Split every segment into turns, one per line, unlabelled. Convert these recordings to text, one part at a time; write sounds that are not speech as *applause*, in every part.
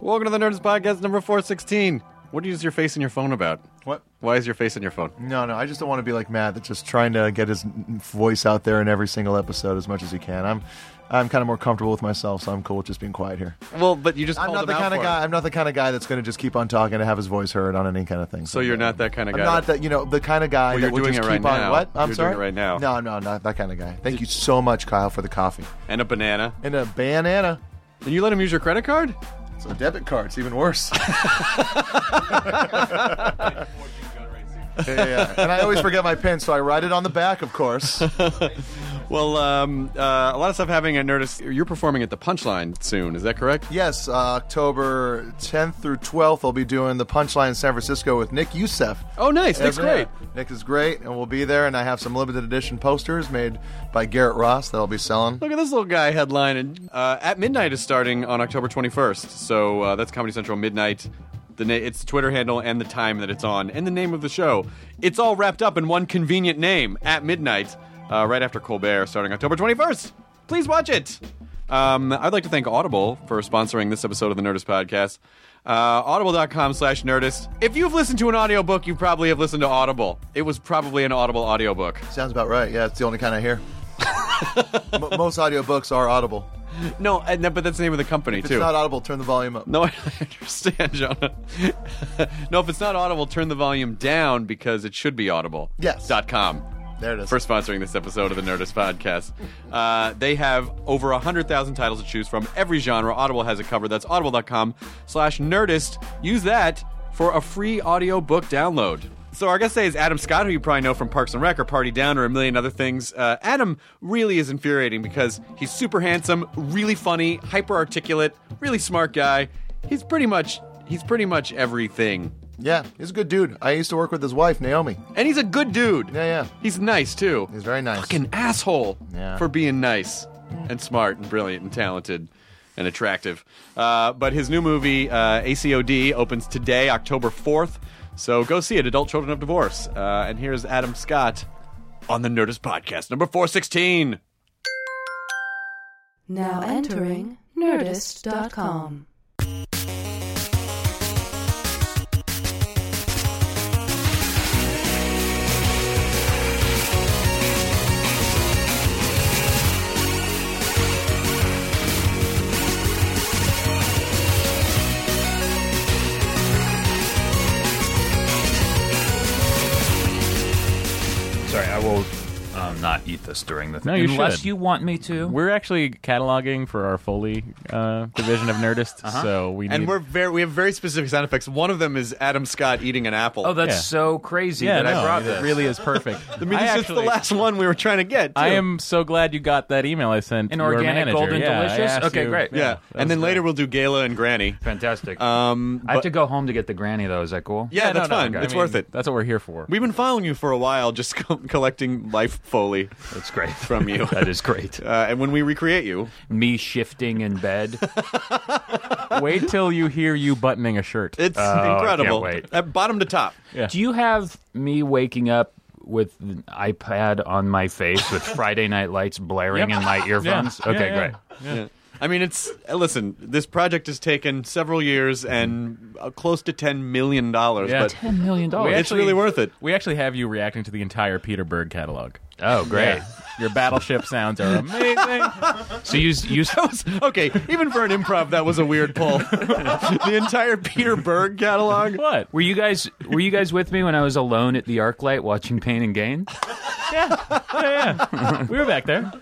Welcome to the Nerds Podcast number 416. What is your face in your phone about?
What?
Why is your face in your phone?
No, no, I just don't want to be like Matt. That's just trying to get his n- voice out there in every single episode as much as he can. I'm, I'm kind of more comfortable with myself, so I'm cool with just being quiet here.
Well, but you just
I'm
called
not the
him out
kind of
for
guy.
it.
I'm not the kind of guy that's going to just keep on talking to have his voice heard on any kind of thing.
So you're not that kind of
I'm
guy.
not that you know the kind of guy
Well,
that
you're
would
doing
just
it right
keep on.
now.
What? I'm
You're doing
sorry.
it right now.
No, no, not that kind of guy. Thank you so much, Kyle, for the coffee
and a banana.
and a banana.
And you let him use your credit card?
So debit cards,
*laughs*
even worse. yeah, yeah. And I always forget my pen, so I write it on the back,
*laughs*
of course.
Well, um, uh, a lot of stuff happening at Nerdist. You're performing at the Punchline soon, is that correct?
Yes, uh, October 10th through 12th, I'll be doing the Punchline in San Francisco with Nick Youssef.
Oh, nice. Nick's
Every-
great.
Nick is great, and we'll be there. And I have some limited edition posters made by Garrett Ross that I'll
*laughs*
be selling.
Look at this little guy headlining. Uh, at Midnight is starting on October 21st. So uh, that's Comedy Central Midnight. The na- it's the Twitter handle and the time that it's on and the name of the show. It's all wrapped up in one convenient name at Midnight, uh, right after Colbert, starting October 21st. Please watch it. Um, I'd like to thank Audible for sponsoring this episode of the Nerdist Podcast. Uh, audible.com slash nerdist. If you've listened to an audiobook, you probably have listened to Audible. It was probably an Audible audiobook.
Sounds about right. Yeah, it's the only kind
*laughs*
I hear. M- most audiobooks are audible.
No, and, that- but that's the name of the company,
If
too.
it's not audible, turn the volume
*laughs*
up.
No, I understand, Jonah. *laughs* no, if it's not audible, turn the volume down because it should be audible.
Yes.
Dot com.
There it is.
For sponsoring this episode of the Nerdist Podcast. Uh, they have over 100,000 titles to choose from. Every genre, Audible has it covered. That's audible.com slash nerdist. Use that for a free audiobook download. So our guest today is Adam Scott, who you probably know from Parks and Rec or Party Down or a million other things. Uh, Adam really is infuriating because he's super handsome, really funny, hyper articulate, really smart guy. He's pretty much he's pretty much everything.
Yeah, he's a good dude. I used to work with his wife, Naomi.
And he's a good dude.
Yeah, yeah.
He's nice too.
He's very nice.
Fucking asshole
Yeah.
for being nice and smart and brilliant and talented and attractive. Uh, but his new movie, uh, ACOD, opens today, October 4th. So go see it, Adult Children of Divorce. Uh, and here's Adam Scott on the Nerdist Podcast, number 416.
Now entering Nerdist.com.
Sorry, I will um, not eat this during the thing.
No, you
Unless
should.
you want me to.
We're actually cataloging for our Foley uh, division of Nerdist, so we need.
And we're very, we have very specific sound effects. One of them is Adam Scott eating an apple.
oh, that's
Yeah.
so crazy
yeah,
that
no,
I brought
it
this.
really is perfect. *laughs* I
I mean, this is the last one we were trying to get.
I
too.
am so glad you got that email I sent.
An
your
organic
manager.
golden
Yeah, I
delicious?
asked
Okay,
you-
great.
Yeah.
that
and
was
then later
great.
we'll do Gala and Granny.
fantastic.
Uh,
Um,
I have to go home to get the granny though. Is that cool?
Yeah, that's
no, no,
fine.
I
it's
mean,
worth it.
That's what we're here *laughs* for.
We've been following you for a while, just *laughs* co- collecting life foley,
that's great
From
*laughs*
you.
that is great.
*laughs* uh, and when we recreate you,
Me shifting in bed.
*laughs* Wait till you hear you buttoning a shirt.
it's
can't
incredible.
wait.
At bottom to top,
Yeah.
Do you have me waking up? With an iPad on my face,
*laughs*
with Friday Night Lights blaring in my earphones.
Yeah,
Okay,
yeah.
great.
I mean, it's uh, listen. This project has taken several years and uh, close to ten million dollars.
Yeah. Oh,
But
Ten million
We
dollars.
it's really worth it.
We actually have you reacting to the entire Peter Berg catalog.
Oh, great.
Your battleship sounds are amazing.
*laughs* So you you
*laughs*
okay, even for an improv, that was a weird pull. the entire Peter Berg catalog.
what?
were you guys were you guys with me when I was alone at the ArcLight watching Pain and
*laughs*
Gain?
We were
*laughs*
back there.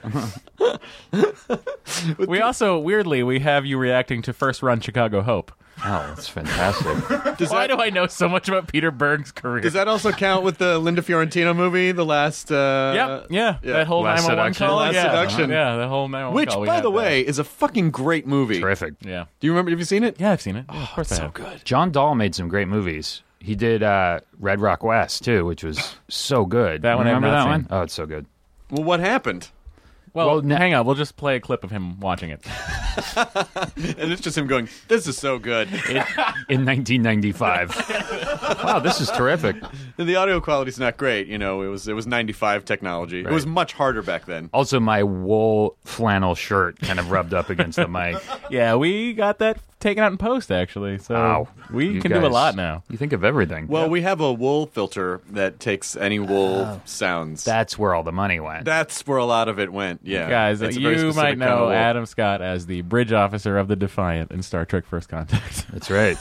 we also weirdly we have you reacting to first run Chicago Hope.
Oh, that's fantastic.
Does
Why
that,
do I know so much about Peter Berg's career?
does
uh,
that also count with the Linda Fiorentino movie, the last? Uh,
Yep. Yeah. That whole
Last
911
Seduction.
call.
Last
yeah. Uh-huh.
Seduction.
Yeah. The whole 911
Which,
call Oh, we
by
had
the
there.
way, is a fucking great movie.
Terrific.
Yeah.
Do you remember? Have you seen it?
Yeah, I've seen it. of course I have.
good.
Oh, John Dahl made some great movies. He did uh, Red Rock West too, which was so good.
That one I have
remember
not
that one?
seen.
Oh, it's so good.
Well, what happened? *laughs*
Well,
Well, no-
hang on. We'll just play a clip of him watching it.
And it's just him going, "This is so
*laughs*
good."
In 1995. wow, this is terrific.
And the audio quality's not great. You know, it was it was '95 technology. It was much harder back then.
Also, my wool flannel shirt kind of rubbed up against the mic.
*laughs* yeah, we got that taken out in post actually. So
Wow,
we
You
can do a
guys-
lot now.
You think of everything.
Well, we have a wool filter that takes any wool
Oh.
sounds.
that's where all the money went.
That's where a lot of it went. Yeah,
Guys,
It's a very
you
specific
might
kind of
know
wool.
Adam Scott as the bridge officer of the Defiant in Star Trek First Contact.
*laughs* That's
*laughs*
right.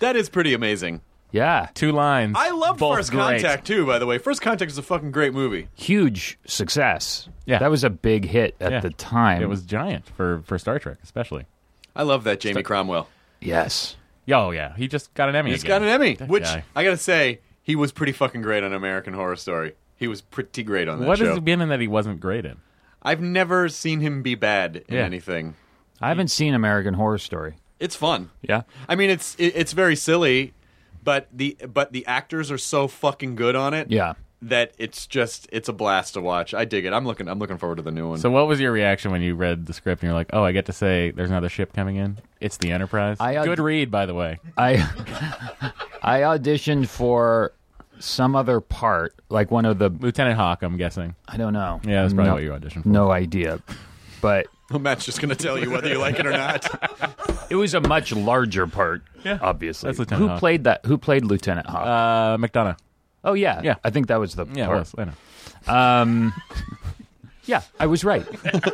That is pretty amazing.
yeah,
Two lines.
I love
both
First
great.
Contact too. By the way, First Contact is a fucking great movie.
huge success.
Yeah.
that was a big hit at
Yeah.
the time.
It was giant for, for Star Trek, especially.
I love that Jamie Cromwell.
yes.
Yo, yeah. He just got an Emmy.
He's got
again.
an Emmy,
That
which
guy.
I gotta say, he was pretty fucking great on American Horror Story. He was pretty great on that
What
show.
has it been in that he wasn't great in?
I've never seen him be bad in
Yeah.
anything.
I haven't seen American Horror Story.
It's fun.
Yeah.
I mean, it's it, it's very silly, but the but the actors are so fucking good on it.
Yeah.
That it's just it's a blast to watch. I dig it. I'm looking I'm looking forward to the new one.
So, what was your reaction when you read the script and you're like, "Oh, I get to say there's another ship coming in. It's the Enterprise."
I, uh,
Good read, by the way.
I *laughs* I auditioned for some other part, like one of the
Lieutenant Hawk, I'm guessing.
I don't know.
Yeah, that's probably
no,
what you auditioned for.
No idea. But
*laughs* Matt's just gonna tell you whether you like it or not.
it was a much larger part, obviously.
that's Lieutenant
who
Hawk.
played that? Who played Lieutenant Hawk?
Uh, McDonough.
oh yeah,
yeah.
I think that was the
Yeah, it
part. Um,
was. I know.
*laughs* Yeah, I was right.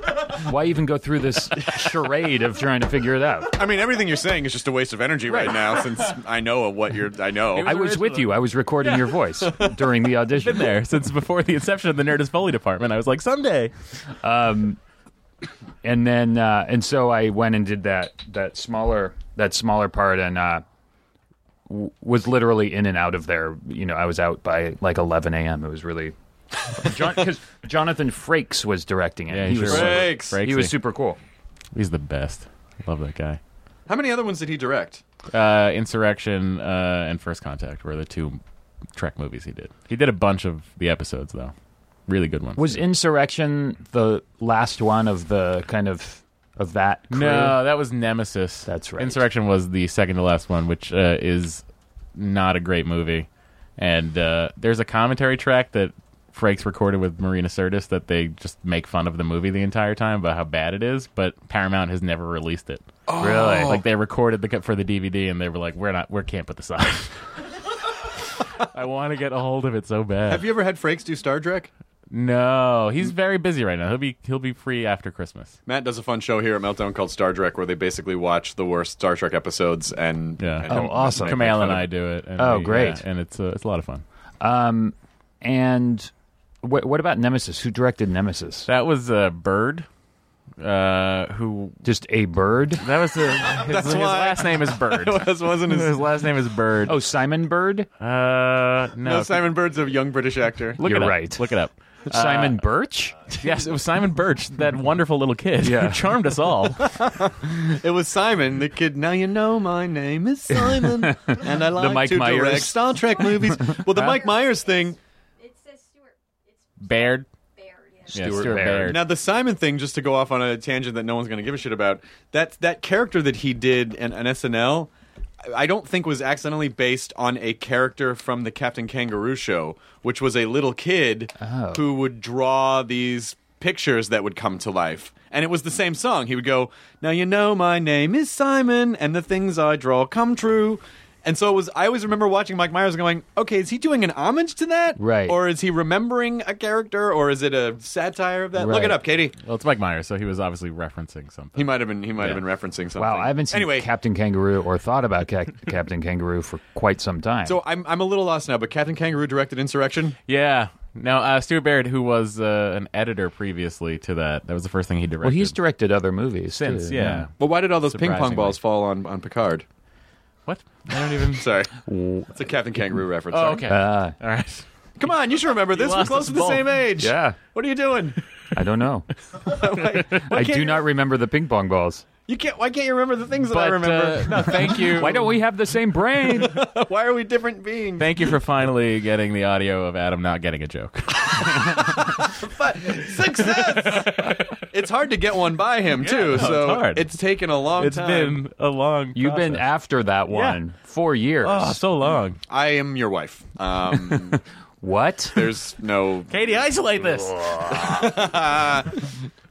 *laughs* Why even go through this *laughs* charade of trying to figure it out?
I mean, everything you're saying is just a waste of energy right, now, since I know what you're. I
*laughs*
know.
Oh, I was with you. I was recording your voice *laughs* during the audition.
Been there since before the inception of the Nerdist Foley department. I was like, someday.
Um, and then uh, and so I went and did that that smaller that smaller part and uh, w- was literally in and out of there. You know, I was out by like 11 a.m. It was really *laughs* because Jonathan Frakes was directing it.
Yeah,
he
he
was
sure
super-
Frakes.
Frakesy.
he was super cool.
He's the best. Love that guy.
How many other ones did he direct?
Uh, Insurrection uh, and First Contact were the two Trek movies he did. He did a bunch of the episodes though. Really good ones.
Was Insurrection the last one of the kind of of that? Crew?
No, that was Nemesis.
That's right.
Insurrection was the second to last one, which uh, is not a great movie. And uh, there's a commentary track that Frakes recorded with Marina Sirtis that they just make fun of the movie the entire time about how bad it is, but Paramount has never released it.
really.
Like they recorded the cut for the DVD and they were like, "We're not, we can't put
*laughs*
this on." I want to get a hold of it so bad.
Have you ever had Frakes do Star Trek?
no, he's very busy right now. He'll be he'll be free after Christmas.
Matt does a fun show here at Meltdown called Star Trek, where they basically watch the worst Star Trek episodes and
Yeah.
and
Oh, awesome.
Kamal and I do it. And
Oh,
we-
great.
yeah, and it's uh, it's a lot of fun.
Um, and wh- what about Nemesis? Who directed Nemesis?
That was uh, Bird, uh, who
Just a bird.
that was the his, his
why-
last name is Bird.
This wasn't his.
his last name is Bird.
Oh, Simon Bird.
uh, no,
No, Simon Bird's a young British actor.
Look
You're
it up.
right.
*laughs* Look it up.
*laughs*
Uh,
Simon Birch?
Yes, it was Simon Birch, that wonderful little kid *laughs*
Yeah.
who charmed us all.
It was Simon, the kid. Now you know my name is
*laughs*
Simon, and I like
Mike
to direct
Myers.
Star Trek movies. Well, the Mike Myers thing.
Baird. Yeah,
Stuart
Stuart
Baird.
Baird.
Now the Simon thing, just to go off on a tangent that no one's going to give a shit about. That that character that he did in, in SNL, I- I don't think was accidentally based on a character from the Captain Kangaroo show, which was a little kid who would draw these pictures that would come to life. And it was the same song. He would go, "Now you know my name is Simon, and the things I draw come true." And so it was. I always remember watching Mike Myers going, "Okay, is he doing an homage to that,
Right.
Or is he remembering a character, or is it a satire of that? Look
Right.
it up, Katie.
Well, it's Mike Myers, so he was obviously referencing something.
He might have been. He might have
Yeah.
been referencing something.
Wow, I haven't seen
Anyway,
Captain Kangaroo or thought
*laughs*
about Cap- Captain Kangaroo for quite some time.
so I'm I'm a little lost now. But Captain Kangaroo directed Insurrection.
Yeah. Now, uh, Stuart Baird, who was uh, an editor previously to that, that was the first thing he directed.
well, he's directed other movies
since,
too,
yeah.
But why did all those ping pong
Surprisingly.
balls fall on on Picard?
What? I don't
*laughs*
even.
Sorry, it's a
*laughs*
Captain Kangaroo reference.
oh,
Sorry.
okay.
Ah.
All
*laughs*
right.
Come on, you should remember this. We're
lost
close
us
to the
both.
same age.
Yeah.
What are you
*laughs*
doing? *laughs*
I don't know.
Like, why
I
can't
do
you-
not remember the ping
*laughs*
pong balls.
You can't. Why can't you remember the things that I
But,
remember?
uh, *laughs*
*laughs*
no, thank you.
Why don't we have the same brain?
why are we different
*laughs*
beings?
Thank you for finally getting the audio of Adam not getting a joke. *laughs*
but success. it's hard to get one by him too.
no, it's
so
hard.
taken a long
It's
time.
been a long.
You've been
process.
after that one for years.
oh so long.
I am your wife. Um,
What?
there's no.
*laughs* Katie, isolate *laughs* this.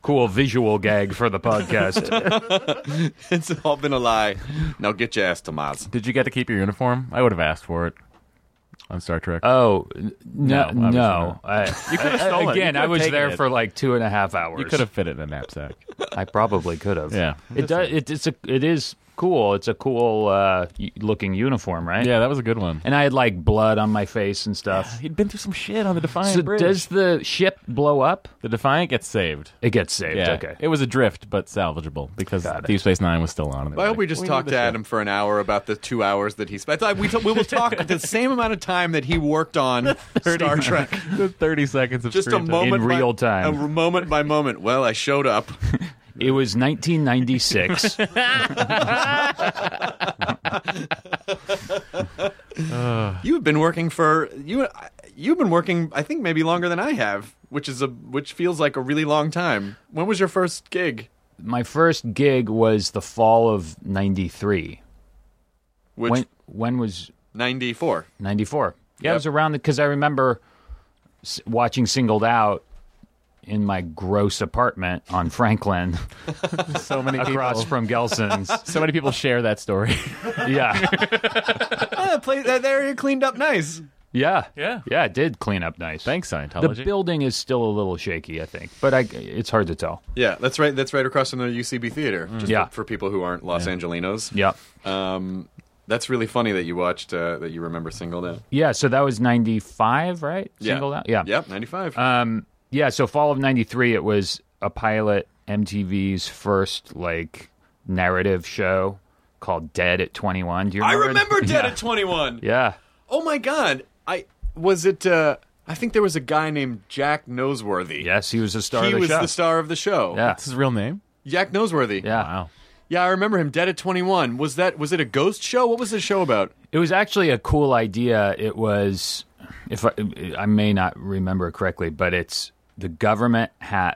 Cool visual gag for
*laughs*
the podcast.
It's all been a lie. Now get your ass to Maz.
Did you get to keep your uniform? I would have asked for it on Star Trek.
oh n-
No,
no,
obviously
no!
not.
I, you could
have stolen it. You
Again,
could
I
have
was
taken
there
it.
for like two and a half hours.
you could have fit it in a knapsack.
I probably could have.
Yeah.
It does. It, it's a. It is cool. It's a cool uh, y- looking uniform, right?
yeah, that was a good one.
And I had like blood on my face and stuff.
He'd been through some shit on the Defiant
so
bridge.
does the ship blow up?
the Defiant gets saved?
It gets saved.
Yeah.
Okay.
It was adrift, but salvageable because
Got it.
Deep Space Nine was still on. and they
I
were
hope
like,
we just
need
talked to
this
Adam for an hour about the two hours that he spent. I thought we, t- we will talk the same amount of time that he worked on Star Trek.
shit. The Thirty seconds of
Just a
screen time.
moment
In
by-
real time.
a moment by moment. Well, I showed up.
It was 1996.
*laughs* You've been working for you. You've been working, I think, maybe longer than I have, which is a which feels like a really long time. When was your first gig?
my first gig was the fall of 93.
Which
when when was
ninety four?
94? Yeah,
Yep.
it was around because I remember s- watching Singled Out in my gross apartment on Franklin
*laughs* So many
*laughs* across
people.
from Gelson's.
*laughs* So many people share that story.
*laughs*
*laughs*
yeah.
Yeah, play that area cleaned up nice.
Yeah.
Yeah.
Yeah, it did clean up nice.
Thanks,
The
Scientology.
building is still a little shaky, I think, but I, it's hard to tell.
Yeah, that's right. That's right across from the UCB theater. Just
Mm. Yeah.
for, for people who aren't Los Angelinos.
Yeah.
Um, that's really funny that you watched uh, that you remember singled out.
Yeah, so that was 95, right?
Yeah.
Singled Out? Yeah.
Yep. Ninety five.
Um, yeah, so fall of 93, it was a pilot, MTV's first, like, narrative show called Dead at 21. Do you
I
remember? *laughs*
remember Dead at twenty one.
Yeah.
Oh my god! I was it. Uh, I think there was a guy named Jack Noseworthy.
Yes, he was the star
he
of the
was
show.
the star of the show.
Yeah.
That's his real name.
Jack Noseworthy.
Yeah.
Wow.
Yeah, I remember him. Dead at 21. Was that was it a ghost show? What was the show about?
It was actually a cool idea. It was, if I, I may not remember correctly, but it's the government ha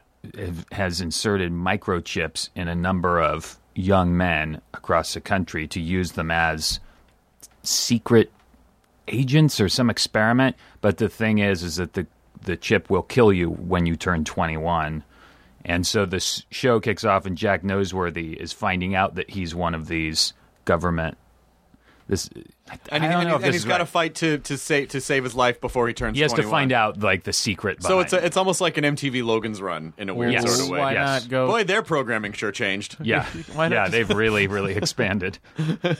has inserted microchips in a number of young men across the country to use them as secret agents or some experiment. But the thing is, is that the the chip will kill you when you turn 21. And so this show kicks off, and Jack Noseworthy is finding out that he's one of these government. This I,
And,
I
he,
don't
and, he-
know if
and
this
he's
is
got to
right.
fight to to save to save his life before he turns.
He has
21.
to find out like the secret.
So
behind
it's a, it's almost like an MTV Logan's Run in a weird
Yes.
sort of way.
Why
Yes.
not go?
Boy, their programming sure changed. *laughs*
yeah,
Why not
yeah.
just-
They've really, really expanded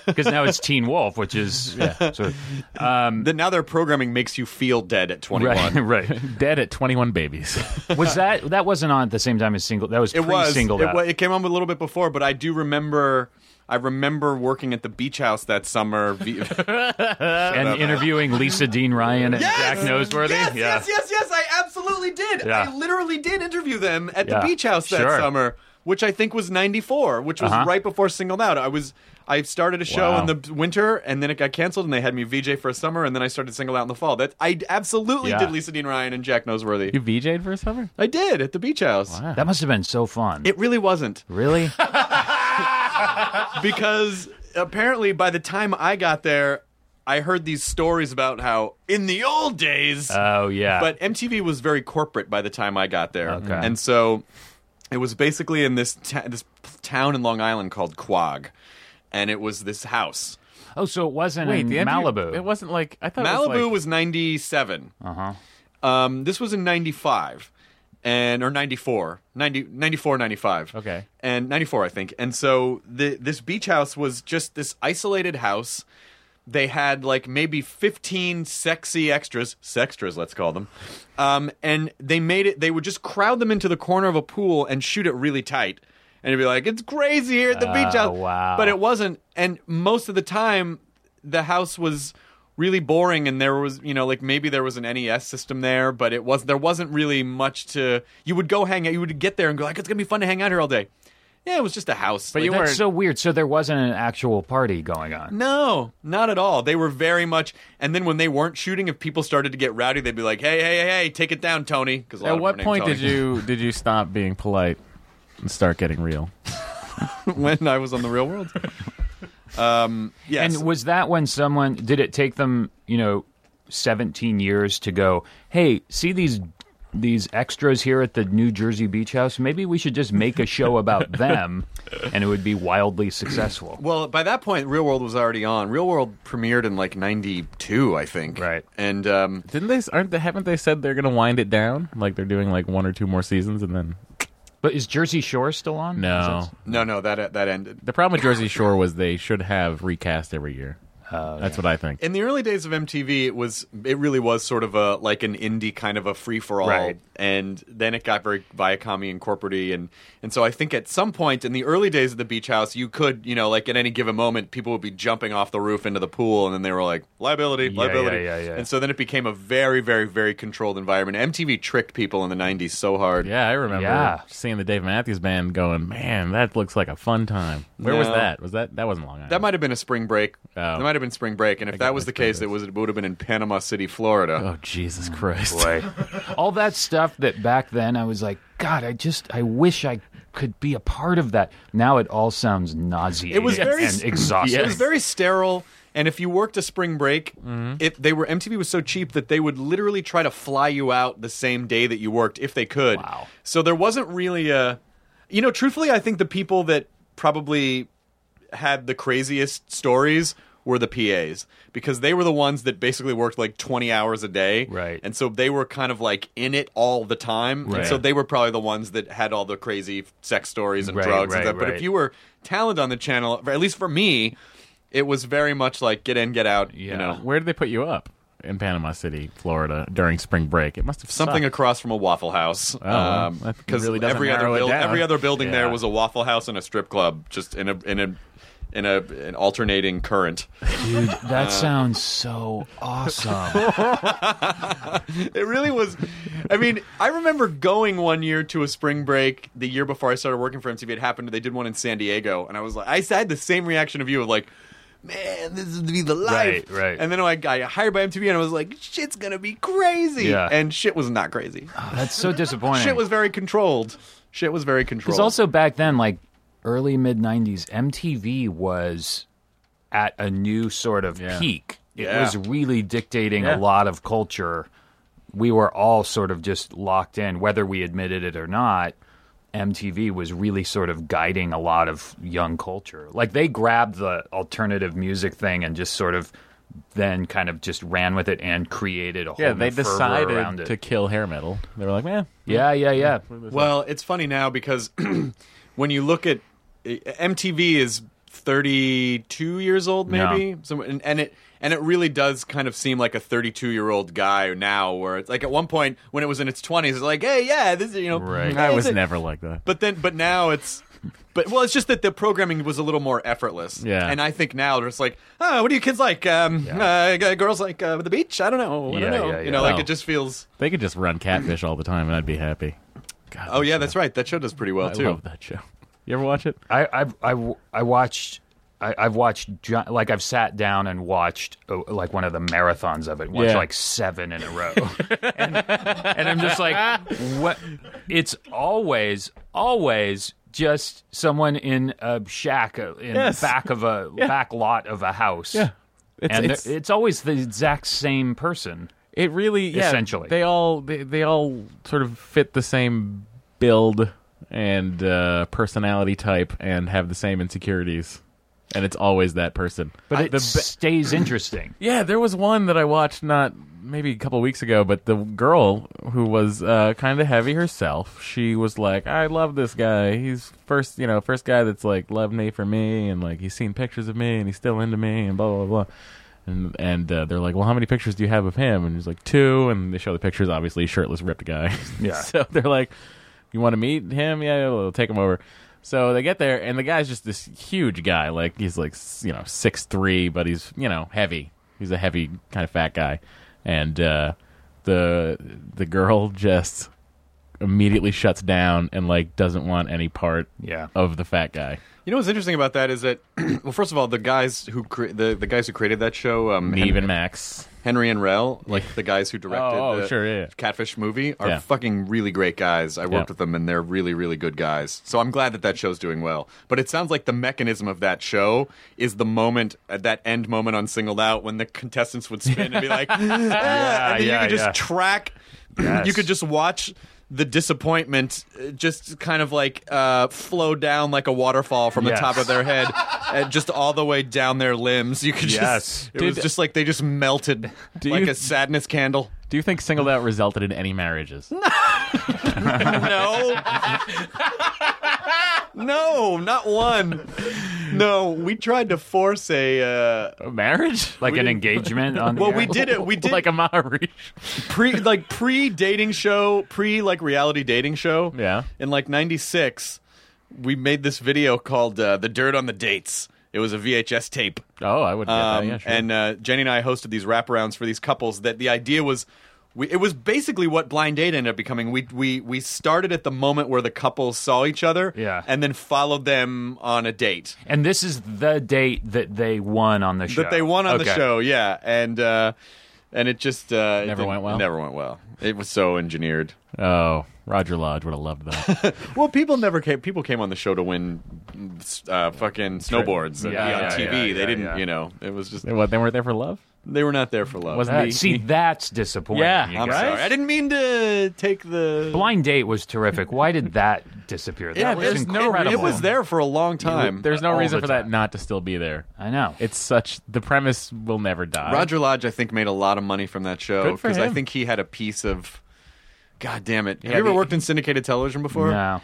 because now it's Teen Wolf, which is
*laughs*
sort of-
Then now their programming makes you feel dead at 21. *laughs*
right, *laughs* right.
Dead at 21 babies.
*laughs* Was that that wasn't on at the same time as single? That was
It was
pre-singled
it,
out.
wa- it came on a little bit before, but I do remember. I remember working at the beach house that summer. V-
and interviewing Lisa Dean Ryan and Jack Noseworthy.
Yes,
yeah.
yes, yes, yes. I absolutely did.
Yeah.
I literally did interview them at
Yeah.
the beach house that
Sure.
summer, which I think was '94, which was
Uh-huh.
right before Singled Out. I was I started a show
Wow.
in the winter, and then it got canceled, and they had me VJ for a summer, and then I started Singled Out in the fall. That I absolutely
Yeah.
did Lisa Dean Ryan and Jack Noseworthy.
you VJ'd for a summer?
I did at the beach house.
That must have been so fun.
It really wasn't *laughs*
really?
because apparently by the time I got there. I heard these stories about how in the old days
Oh yeah.
but MTV was very corporate by the time I got there,
Okay.
and so it was basically in this ta- this town in Long Island called Quag, and it was this house.
Oh, so it wasn't in
the empty-
Malibu.
It wasn't like I thought.
Malibu
it was, like, Uh-huh.
was 97. Uh huh. Um, this was in 95 and or 94, 90, 94, 95.
Okay.
And 94, I think. And so the, this beach house was just this isolated house. They had like maybe 15 sexy extras, sextras, let's call them. Um, and they made it, they would just crowd them into the corner of a pool and shoot it really tight. And it'd be like, it's crazy here at the
Ah,
beach house.
wow.
But it wasn't. And most of the time, the house was really boring, and there was, you know, like maybe there was an NES system there, but it was there wasn't really much to. You would go hang out. You would get there and go like, it's gonna be fun to hang out here all day. Yeah, it was just a house.
But
Like,
you
That's
weren't.
so weird. So there wasn't an actual party going on.
no, not at all. They were very much. And then when they weren't shooting, if people started to get rowdy, they'd be like, "Hey, hey, hey, hey, take it down, Tony." Because
at what point did you did you stop being polite and start getting real?
*laughs* when I was on the real
*laughs*
world? um, yes.
And was that when someone did it take them, you know, 17 years to go, "Hey, see these these extras here at the New Jersey Beach House? Maybe we should just make a
*laughs*
show about them and it would be wildly successful."
Well, by that point, Real World was already on. Real World premiered in like '92, I think.
Right.
And um,
Didn't they? Aren't they? Haven't they said they're gonna wind it down? Like they're doing like one or two more seasons and then
But is Jersey Shore still on? Is
no.
that-
no, no, that that ended.
The problem with Jersey Shore was they should have recast every year.
oh,
That's what I think.
In the early days of MTV, it was it really was sort of a like an indie kind of a free for all,
Right.
and then it got very Viacom and corporate and and so I think at some point in the early days of the Beach House, you could you know like at any given moment, people would be jumping off the roof into the pool, and then they were like liability,
Yeah,
liability,
yeah, yeah, yeah.
and so then it became a very very very controlled environment. MTV tricked people in the '90s so hard.
Yeah, I remember
Yeah.
seeing the Dave Matthews Band going. Man, that looks like a fun time. Where was
No.
that? Was that that wasn't Long Island?
That might have been a spring break.
Oh.
That might have been spring break, and if that was the case, it was it would have been in Panama City, Florida.
oh Jesus
Mm.
Christ!
*laughs* All that stuff that back then I was like, "God, I just I wish I could be a part of that." Now it all sounds nauseating
It was very
and exhausting.
It was very sterile. And if you worked a spring break,
Mm-hmm.
if they were MTV was so cheap that they would literally try to fly you out the same day that you worked if they could.
Wow.
So there wasn't really a, you know, truthfully, I think the people that probably had the craziest stories were the PAs because they were the ones that basically worked like 20 hours a day.
Right.
And so they were kind of like in it all the time. And
Right.
so they were probably the ones that had all the crazy sex stories and
Right,
drugs and
right,
stuff. But if
right.
you were talent on the channel, at least for me, it was very much like get in, get out. You know,
Where did they put you up? In Panama City, Florida, during spring break. It must have
something
sucked.
across from a Waffle House.
Oh, well,
Um,
that really doesn't
every other
narrow it
buil-
down.
every other building there
Yeah.
was a Waffle House and a strip club, just in a in a in a an alternating current.
Dude,
uh,
that sounds so awesome.
*laughs* It really was. I mean, I remember going one year to a spring break the year before I started working for MTV. It happened. They did one in San Diego, and I was like, I had the same reaction of you of like, man, this is gonna be the life,
Right, right.
And then I got hired by MTV, and I was like, shit's gonna be crazy.
Yeah.
And shit was not crazy.
That's so disappointing.
Shit was very controlled. Shit was very controlled.
Because also back then, like early mid '90s, MTV was at a new sort of
Yeah.
peak. It
Yeah.
was really dictating
Yeah.
a lot of culture. We were all sort of just locked in, whether we admitted it or not. MTV was really sort of guiding a lot of young culture. Like they grabbed the alternative music thing and just sort of then kind of just ran with it and created a whole
Yeah,
new
they
fervor around
decided
it.
to kill hair metal. They were like, man,
yeah, yeah, yeah.
Well, it's funny now because *clears throat* when you look at eh, MTV is 32 years old maybe Some- and, and it and it really does kind of seem like a 32 year old guy now where it's like at one point when it was in its 20s it's like hey yeah this is you know
right.
hey,
I
this
was
is-
never like that.
but then but now it's but well it's just that the programming was a little more effortless
Yeah.
and i think now it's like oh what do you kids like um uh, g- girls like uh, the beach i don't know i
Yeah,
don't know
yeah,
you
yeah.
know like
Oh.
it just feels
They could just run catfish all the time, and I'd be happy. God,
oh yeah that's right that show does pretty well
I
too
love that show. You ever watch it?
I I've, I w- I watched. I, I've watched gi- like I've sat down and watched oh, like one of the marathons of it. Watched
Yeah.
like seven in a row,
*laughs*
and, and I'm just like, what? It's always always just someone in a shack uh, in
Yes.
the back of a
*laughs* Yeah.
back lot of a house.
Yeah. It's-
and
it's-
it's, it's always the exact same person.
It really, yeah,
Essentially.
they all they, they all sort of fit the same build and uh, personality type, and have the same insecurities.
and it's always that person.
But
I-
it
the be-
stays interesting.
yeah, there was one that I watched not maybe a couple weeks ago, but the girl who was uh, kind of heavy herself, she was like, "I love this guy. He's first, you know, first guy that's like loved me for me, and like he's seen pictures of me, and he's still into me, and blah blah blah." And and uh, they're like, "Well, how many pictures do you have of him?" And he's like, two. And they show the pictures, obviously shirtless, ripped guy.
Yeah.
*laughs* so they're like, "You want to meet him? Yeah, we'll take him over." So they get there, and the guy's just this huge guy. Like he's like s- you know six three, but he's you know heavy. He's a heavy kind of fat guy, and uh, the the girl just immediately shuts down and like doesn't want any part
Yeah.
of the fat guy.
You know what's interesting about that is that, *clears throat* well, first of all, the guys who cre- the, the guys who created that show, um, Hen-
Neve and Max.
Henry and Rel, like the guys who directed
Oh, oh,
the
sure, yeah, yeah.
Catfish movie, are
Yeah.
fucking really great guys. I worked
Yeah.
with them, and they're really, really good guys. So I'm glad that that show's doing well. But it sounds like the mechanism of that show is the moment, at that end moment on Singled Out, when the contestants would spin and be
*laughs*
like, "Ah," and then
yeah,
you could just
yeah.
track. You could just watch. The disappointment uh, just kind of like uh, flow down like a waterfall from
Yes.
the top of their head, and just all the way down their limbs. You could just
Yes.
it was just like they just melted
Do
like
you-
a sadness candle.
Do you think singled out resulted in any marriages?
No. *laughs* no, not one. No, we tried to force a uh,
A *laughs* marriage?
Like an
*laughs*
engagement on the
Well,
air?
we did
*laughs*
it. We did
like a marriage.
pre like pre dating show, pre like reality dating show.
Yeah.
In like 96, we made this video called uh, The Dirt on the Dates. It was a VHS tape.
Oh, I would get that.
Um,
Yeah, sure.
And uh, Jenny and I hosted these wraparounds for these couples. That the idea was, we, it was basically what blind date ended up becoming. We we we started at the moment where the couples saw each other,
Yeah.
and then followed them on a date
And this is the date that they won on the show.
that they won on the
Okay.
show. Yeah, and uh, and it just uh, it
Never
didn't-
went well?
it Never went well. It was so engineered.
oh, Roger Lodge would have loved
*laughs*
that.
Well, people never came. People came on the show to win uh, fucking snowboards and
Yeah,
be on
yeah,
TV.
yeah,
they
yeah,
didn't,
yeah.
you know. It was just
what? They weren't there for love.
they were not there for love.
Wasn't
That-
he-
see,
he-
that's disappointing.
Yeah,
you
I'm
guys.
sorry. I didn't mean to take the
Blind Date was terrific. Why did that disappear? That
Yeah,
was
there's no.
incredible.
It was there for a long time.
There's no
all
reason
the
for that
time.
not to still be there.
I know.
It's such the premise will never die.
Roger Lodge, I think, made a lot of money from that show
Good for
because I
him.
think he had a piece of. God damn it! Have
Yeah,
you ever
the-
worked in syndicated television before?
no.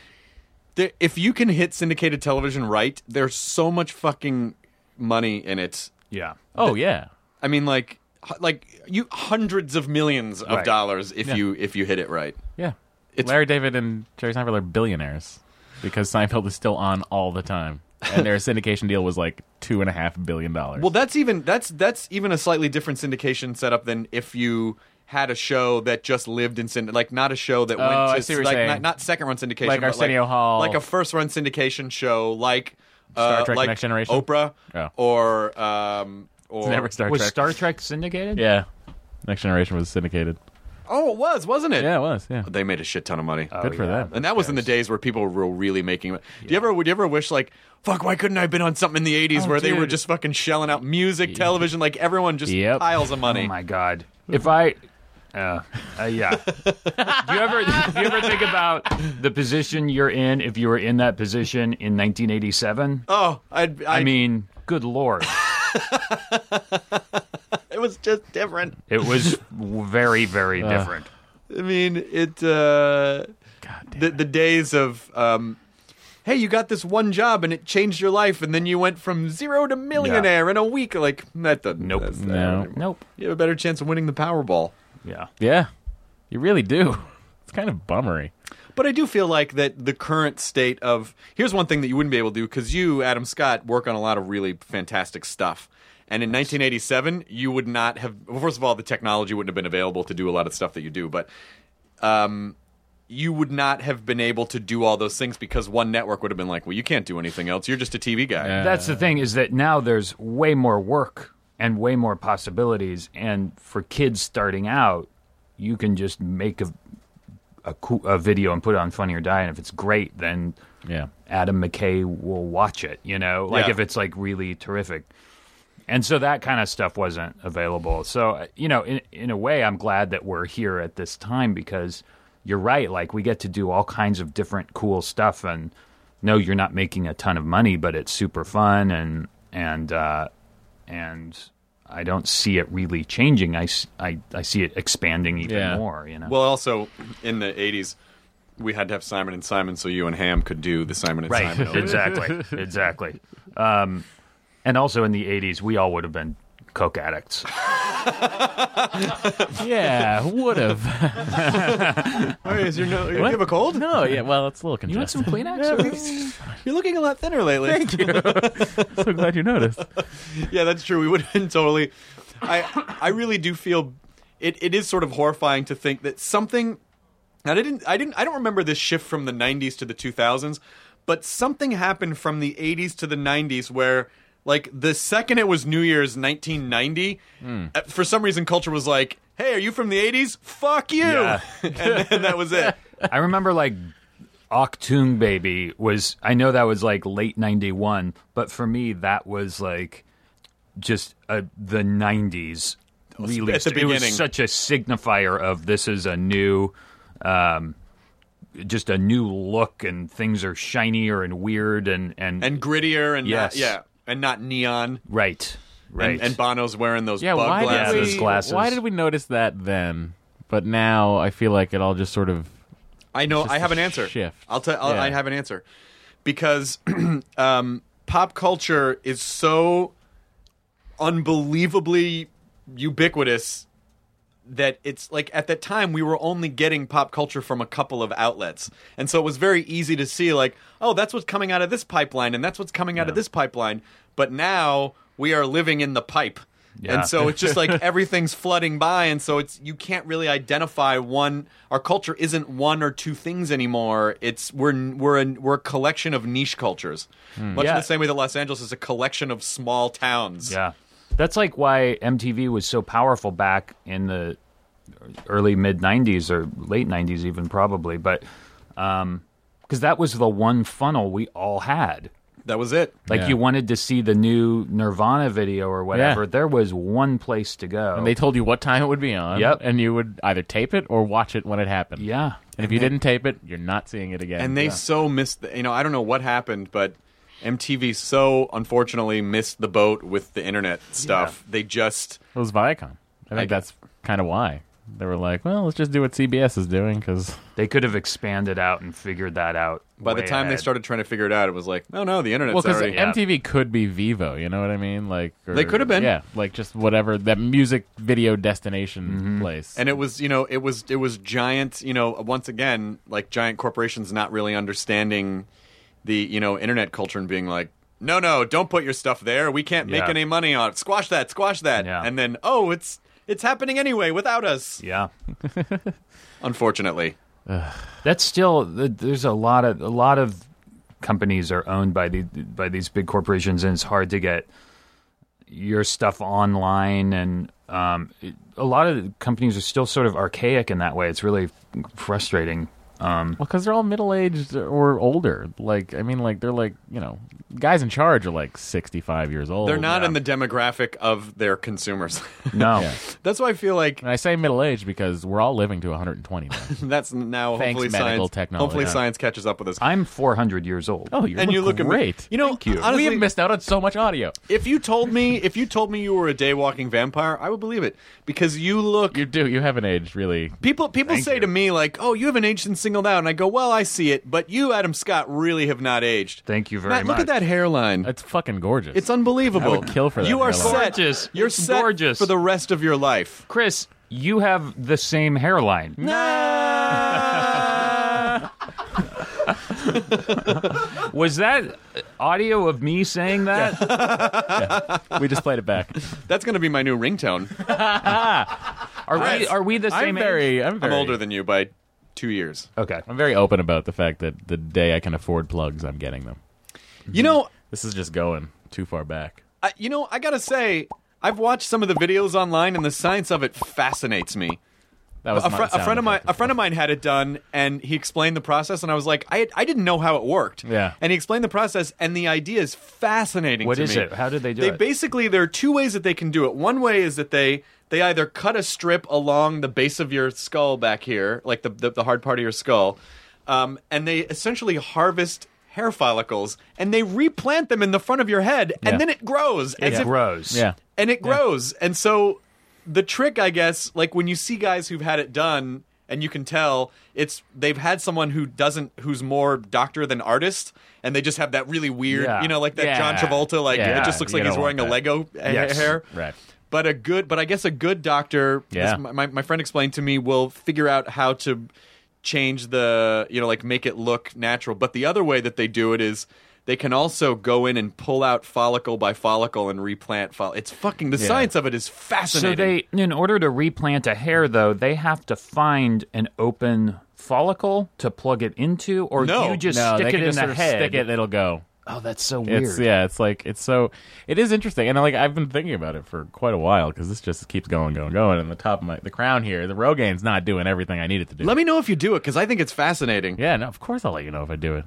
There- if you can hit syndicated television right, there's so much fucking money in it.
Yeah.
Oh yeah,
I mean, like, hu- like you hundreds of millions of
Right.
dollars if
Yeah.
you if you hit it right.
yeah.
It's-
Larry David and Jerry Seinfeld are billionaires because Seinfeld is still on all the time, and their syndication deal was like two and a half billion dollars.
Well, that's even that's that's even a slightly different syndication setup than if you had a show that just lived in synd like not a show that
Oh,
went
I
to
see what you're
like
saying.
not, second run syndication,
Like
but
Arsenio Hall.
like a first run syndication show, like uh,
Star Trek
like
Next Generation?
Oprah,
Oh.
or um, or
*laughs* It's never Star
was
Trek.
Star Trek syndicated?
yeah, Next Generation was syndicated.
oh, it was wasn't it?
Yeah, it was. Yeah,
they made a shit ton of money.
good for
yeah.
that.
Oh, and that was in the days where people were really making. Do you ever would you ever wish like fuck? Why couldn't I have been on something in the '80s where they were
Oh, dude.
just fucking shelling out music, television, like everyone just
Yep.
piles of money.
Oh my god! If I, uh, uh, yeah. do you ever do you ever think about the position you're in if you were in that position in 1987?
Oh, I'd,
I
I'd-
mean, good lord,
it was just different.
it was very very
Uh,
different.
I mean, it. Uh, the, the days of, um, hey, you got this one job and it changed your life, and then you went from zero to millionaire in a week. Like that doesn't.
Nope.
that's-
No.
Nope.
You have a better chance of winning the Powerball.
Yeah.
Yeah, you really do. *laughs* It's kind of bummery.
But I do feel like that the current state of here's one thing that you wouldn't be able to do because you, Adam Scott, work on a lot of really fantastic stuff. And in 1987, you would not have. Well, first of all, the technology wouldn't have been available to do a lot of stuff that you do. But um, you would not have been able to do all those things because one network would have been like, "Well, you can't do anything else. You're just a TV guy."
That's the thing is that now there's way more work and way more possibilities, and for kids starting out, you can just make a a, cool, a video and put it on Funny or Die, and if it's great, then
Yeah.
Adam McKay will watch it, you know, like
Yeah.
if it's like really terrific. And so that kind of stuff wasn't available. So, uh, you know, in, in a way, I'm glad that we're here at this time because you're right. Like, we get to do all kinds of different cool stuff. And no, you're not making a ton of money, but it's super fun. And and uh, and I don't see it really changing. I, s- I- I see it expanding even
Yeah.
more. You know,
Well, also in the '80s, we had to have Simon and Simon, so you and Ham could do the Simon and
right?
Simon. *laughs* over.
*laughs* exactly, exactly. Um, and also in the '80s, we all would have been coke addicts.
*laughs* Yeah,
*laughs*
would have.
Hey, Oh, is your no- you
What?
have a cold?
no, yeah. Well, it's a little congested.
Kleenex?
You're looking a lot thinner lately. Thank you.
so glad you noticed.
yeah, that's true. We would have been *laughs* totally. I I really do feel it. It is sort of horrifying to think that something. And I didn't. I didn't. I don't remember this shift from the '90s to the 2000s, but something happened from the '80s to the '90s where. Like the second it was New Year's 1990,
Hmm.
uh, for some reason culture was like, "Hey, are you from the 80s? Fuck you!"
Yeah.
*laughs* and then that was
*laughs*
it.
I remember like Octoon Baby was I know that was like late 91, but for me that was like just a, the 90s really
At the
it
beginning.
was such a signifier of this is a new um just a new look and things are shinier and weird and and,
And grittier, and not-
Yes.
yeah, and not neon.
right right
And, and Bono's wearing those
Yeah,
bug
why
glasses.
did
Those
we?
glasses.
*laughs* Why did we notice that then? But now I feel like it all just sort of.
I know.
just
I have
a
an answer.
shift.
I'll tell. I'll
Yeah.
I have an answer because *clears throat* um, pop culture is so unbelievably ubiquitous that it's like at that time we were only getting pop culture from a couple of outlets and so it was very easy to see like oh that's what's coming out of this pipeline and that's what's coming out of this pipeline but now we are living in the pipe
Yeah.
and so it's just
*laughs*
like everything's flooding by and so it's you can't really identify one our culture isn't one or two things anymore it's we're we're a, we're a collection of niche cultures much in
Hmm. Yeah.
the same way that Los Angeles is a collection of small towns
Yeah. That's like why MTV was so powerful back in the early mid 90s or late 90s even probably, but um cuz that was the one funnel we all had.
that was it
Like
Yeah.
you wanted to see the new Nirvana video or whatever,
Yeah.
there was one place to go.
And they told you what time it would be on.
Oh. Yep.
And you would either tape it or watch it when it happened.
yeah.
And if you didn't tape it, you're not seeing it again.
and they
Yeah.
so missed the, you know i don't know what happened but mtv so unfortunately missed the boat with the internet stuff they just
It was Viacom. I think
I-
that's kind of why they were like, well, let's just do what CBS is doing because
They could have expanded out and figured that out.
by the
way
time they
ahead.
started trying to figure it out it was like no no the internet's
well, because
already
MTV could be Vivo. You know what I mean? Like or-
They could have been.
Yeah, like just whatever that music video destination
Mm-hmm.
place.
and it was you know it was it was giant you know once again like giant corporations not really understanding the you know internet culture and being like no no don't put your stuff there we can't make
Yeah.
any money on it squash that squash that
Yeah.
and then oh it's it's happening anyway without us
Yeah.
unfortunately
That's still th- there's a lot of a lot of companies are owned by the by these big corporations, and it's hard to get your stuff online. And um, it- a lot of the companies are still sort of archaic in that way. It's really frustrating. Um,
well, because they're all middle aged or older. Like I mean, like they're like you know, guys in charge are like sixty five years old.
they're not
now.
in the demographic of their consumers *laughs*
no,
that's why i feel
*laughs*
like
And I say middle aged because we're all living to 120. now.
that's now
Thanks,
hopefully
medical
science
technology.
hopefully
Yeah.
science catches up with us
I'm 400 years old.
oh, you
and you look
great.
at me, you know honestly
we have missed out on so much audio.
if you told me if you told me you were a day walking vampire i would believe it because you look
You do. You haven't aged really.
People people say to me like, "Oh, you haven't aged since Singled Out," and I go, "Well, I see it, but you, Adam Scott, really have not aged."
Thank you very
Matt,
much.
look at that hairline.
It's fucking gorgeous.
it's unbelievable.
I would kill for that
You are
hairline.
set.
Gorgeous.
You're
It's
set
gorgeous.
for the rest of your life.
Chris. You have the same hairline. *laughs* Was that audio of me saying that?
we just played it back.
That's going to be my new
*laughs*
ringtone.
*laughs* Are we are we the
I'm
same age?
very, I'm
I'm
very.
older than you by two years.
*laughs*
Okay.
I'm very open about the fact that the day I can afford plugs, I'm getting them.
You know,
This is just going too far back.
I, you know, I gotta say, I've watched some of the videos online, and the science of it fascinates me.
That was
a,
not
fri- a
sound
friend of mine
effect.
a friend of mine had it done and he explained the process and i was like i, I didn't know how it worked
Yeah.
and he explained the process and the idea is fascinating
What
to
is
me.
it? How did they do
they
it?
basically there are two ways that they can do it one way is that they they either cut a strip along the base of your skull back here like the the, the hard part of your skull um, and they essentially harvest hair follicles and they replant them in the front of your head and
Yeah.
then it grows as
It
if-
grows.
Yeah.
and it grows. And so the trick, I guess, like when you see guys who've had it done and you can tell it's they've had someone who doesn't who's more doctor than artist and they just have that really weird
Yeah.
you know like that
Yeah.
john travolta like
Yeah.
it just looks
You
like he's
don't
wearing
want
a
that.
lego ha-
Yes.
hair
Right.
but a good but i guess a good doctor
Yeah.
this- my, my- my friend explained to me will figure out how to change the you know like make it look natural but the other way that they do it is they can also go in and pull out follicle by follicle and replant follicle it's fucking the science of it is
So
fascinating
they, in order to replant a hair, though, they have to find an open follicle to plug it into, or
No.
you just
no,
stick
they
it
can
in
just
the
sort of
head.
stick it. and It'll go.
Oh, that's so weird.
It's yeah. It's like it's so. It is interesting, and like I've been thinking about it for quite a while because this just keeps going, going, going. And the top of my the crown here, the Rogaine's not doing everything I need it to do.
let me know if you do it because i think it's fascinating
yeah, no, of course I'll let you know if I do it.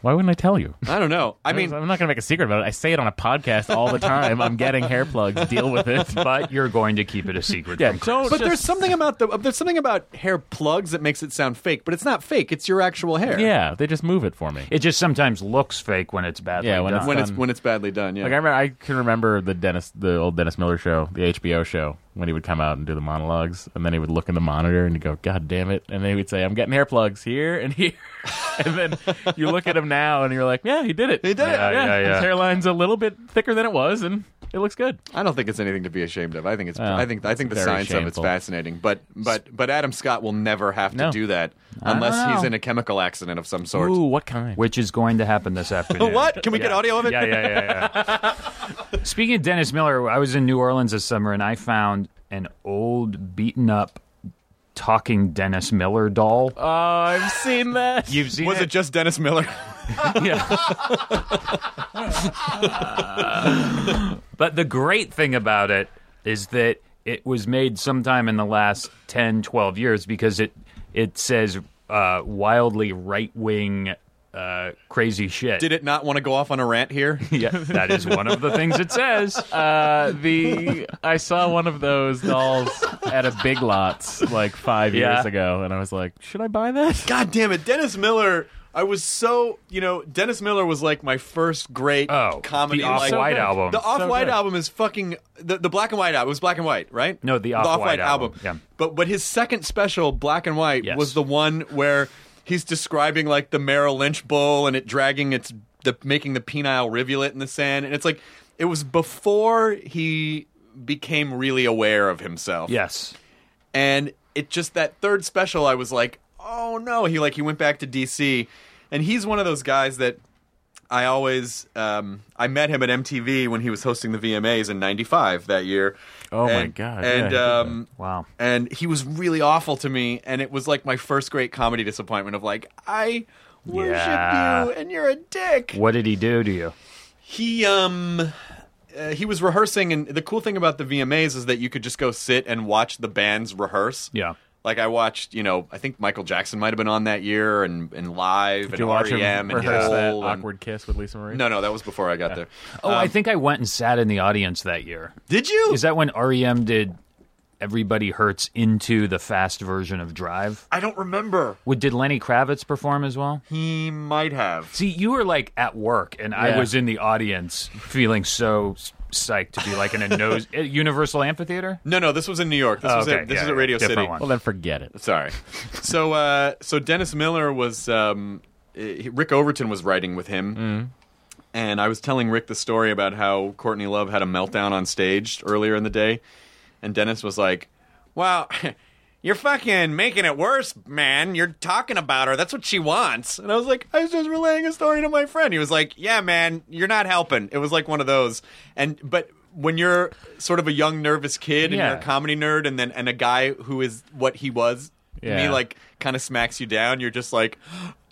Why wouldn't I tell you?
i don't know i
I mean,
mean
I'm not gonna make a secret about it. I say it on a podcast all the time. I'm getting hair plugs. Deal with it. *laughs*
But you're going to keep it a secret.
Yeah,
from Chris.
don't.
but there's something about the there's something about hair plugs that makes it sound fake but it's not fake it's your actual hair
yeah, they just move it for me.
It just sometimes looks fake when it's badly
Yeah, when
done.
it's
when it's
done.
when it's badly done yeah
Like I remember, I can remember the Dennis, the old Dennis Miller show, the HBO show, when he would come out and do the monologues, and then he would look in the monitor and he'd go, "God damn it!" And then he would say, "I'm getting hair plugs here and here," *laughs* and then you look at him now and you're like, "Yeah, he did it. He
did it.
Yeah, yeah, yeah.
His hairline's a little bit thicker than it was, and it looks good."
I don't think it's anything to be ashamed of. I think it's.
Well,
I think. I think the
it's very
science of it's
shameful.
fascinating. But but but Adam Scott will never have to
No.
do that
don't
unless he's
know.
in a chemical accident of some sort.
Ooh, what kind?
which is going to happen this
*laughs*
afternoon.
What? Can we get
Yeah.
audio of it?
Yeah, yeah, yeah. yeah. Speaking of Dennis Miller, I was in New Orleans this summer and I found an old, beaten up, talking Dennis Miller doll.
Oh, I've seen *laughs* that.
You've seen
Uh, Was it just Dennis Miller? *laughs*
But the great thing about it is that it was made sometime in the last 10, 12 years because it it says uh, wildly right wing uh, crazy shit.
Did it not want to go off on a rant here?
*laughs* yeah, that is one of the things it says.
Uh, the I saw one of those dolls at a Big Lots like five
Yeah.
years ago, and I was like, "Should I buy that?"
God damn it, Dennis Miller. I was so you know Dennis Miller was like my first great
Oh,
comedy
the Off White
like,
album.
The Off White
good.
album is fucking the, the Black and White album. It was Black and White, right?
No, the Off White album. Yeah.
But but his second special, Black and White,
Yes.
was the one where he's describing like the Merrill Lynch bull and it dragging its the making the penile rivulet in the sand, and it's like it was before he became really aware of himself
Yes.
and it just that third special i was like oh no he like he went back to dc and he's one of those guys that i always um i met him at mtv when he was hosting the vmas in 95 that year
Oh, my
And-
God, yeah, I
and
did that.
um
Wow.
and he was really awful to me and it was like my first great comedy disappointment of like i worship
Yeah.
you and you're a dick
What did he do to you?
he um uh, he was rehearsing and the cool thing about the VMAs is that you could just go sit and watch the bands rehearse.
Yeah.
Like I watched, you know, I think Michael Jackson might have been on that year and and live
Did
and
you watch him
REM and
rehearse *laughs* that
Hole and-
awkward kiss with Lisa Marie?
No, no, that was before I got there.
Oh, I think I went and sat in the audience that year.
Did you?
Is that when REM did Everybody Hurts into the fast version of Drive?
I don't remember.
Would did Lenny Kravitz perform as well?
He might have.
See, you were like at work, and I
Yeah.
was in the audience, feeling so s- psyched to be like in a nose *laughs* at Universal Amphitheater.
No, no, this was in New York. This
Oh,
was
okay.
at, this
Yeah,
was
yeah,
at Radio
different
City.
one.
Well, then forget it.
Sorry. so uh, so Dennis Miller was um, eh, Rick Overton was writing with
Mm.
him, and I was telling Rick the story about how Courtney Love had a meltdown on stage earlier in the day, and Dennis was like, "Well." *laughs* You're fucking making it worse, man. You're talking about her. That's what she wants. And I was like, I was just relaying a story to my friend. He was like, Yeah, man, you're not helping. It was like one of those. And but when you're sort of a young nervous kid and
Yeah.
you're a comedy nerd, and then and a guy who is what he was to me
Yeah.
like kind of smacks you down. You're just like, *gasps*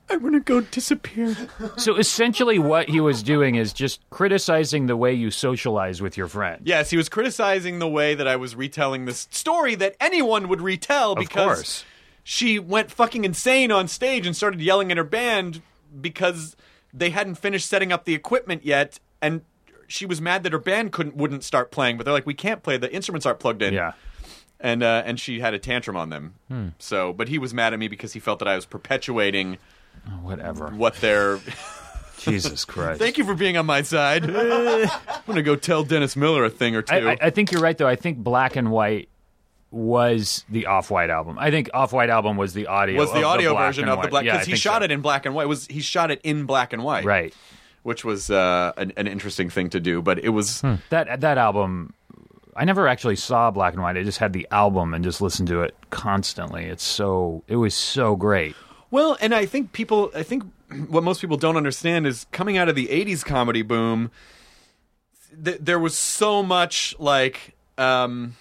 I'm gonna go disappear.
So essentially, what he was doing is just criticizing the way you socialize with your friends.
yes, he was criticizing the way that I was retelling this story that anyone would retell
of
because
course.
she went fucking insane on stage and started yelling at her band because they hadn't finished setting up the equipment yet and. She was mad that her band couldn't wouldn't start playing, but they're like, "We can't play. The instruments aren't plugged in."
Yeah. Hmm.
and uh, and she had a tantrum on them. So, but he was mad at me because he felt that I was perpetuating
Whatever.
what their
*laughs* Jesus
*laughs*
Christ.
Thank you for being on my side. *laughs* I'm gonna go tell Dennis Miller a thing or two.
I, I, I think you're right, though. I think Black and White was the Off White album. I think Off White album was the audio.
was the
of
audio
Black
version
and
of the
White.
black
Yeah, I
because he
think
shot
so.
it in black and white. Was he shot it in black and white?
Right.
which was uh, an, an interesting thing to do, but it
Hmm.
was
That that album. I never actually saw Black and White. I just had the album and just listened to it constantly. It's so it was so great.
well. And I think people, I think what most people don't understand is coming out of the '80s comedy boom, th- there was so much like. Um,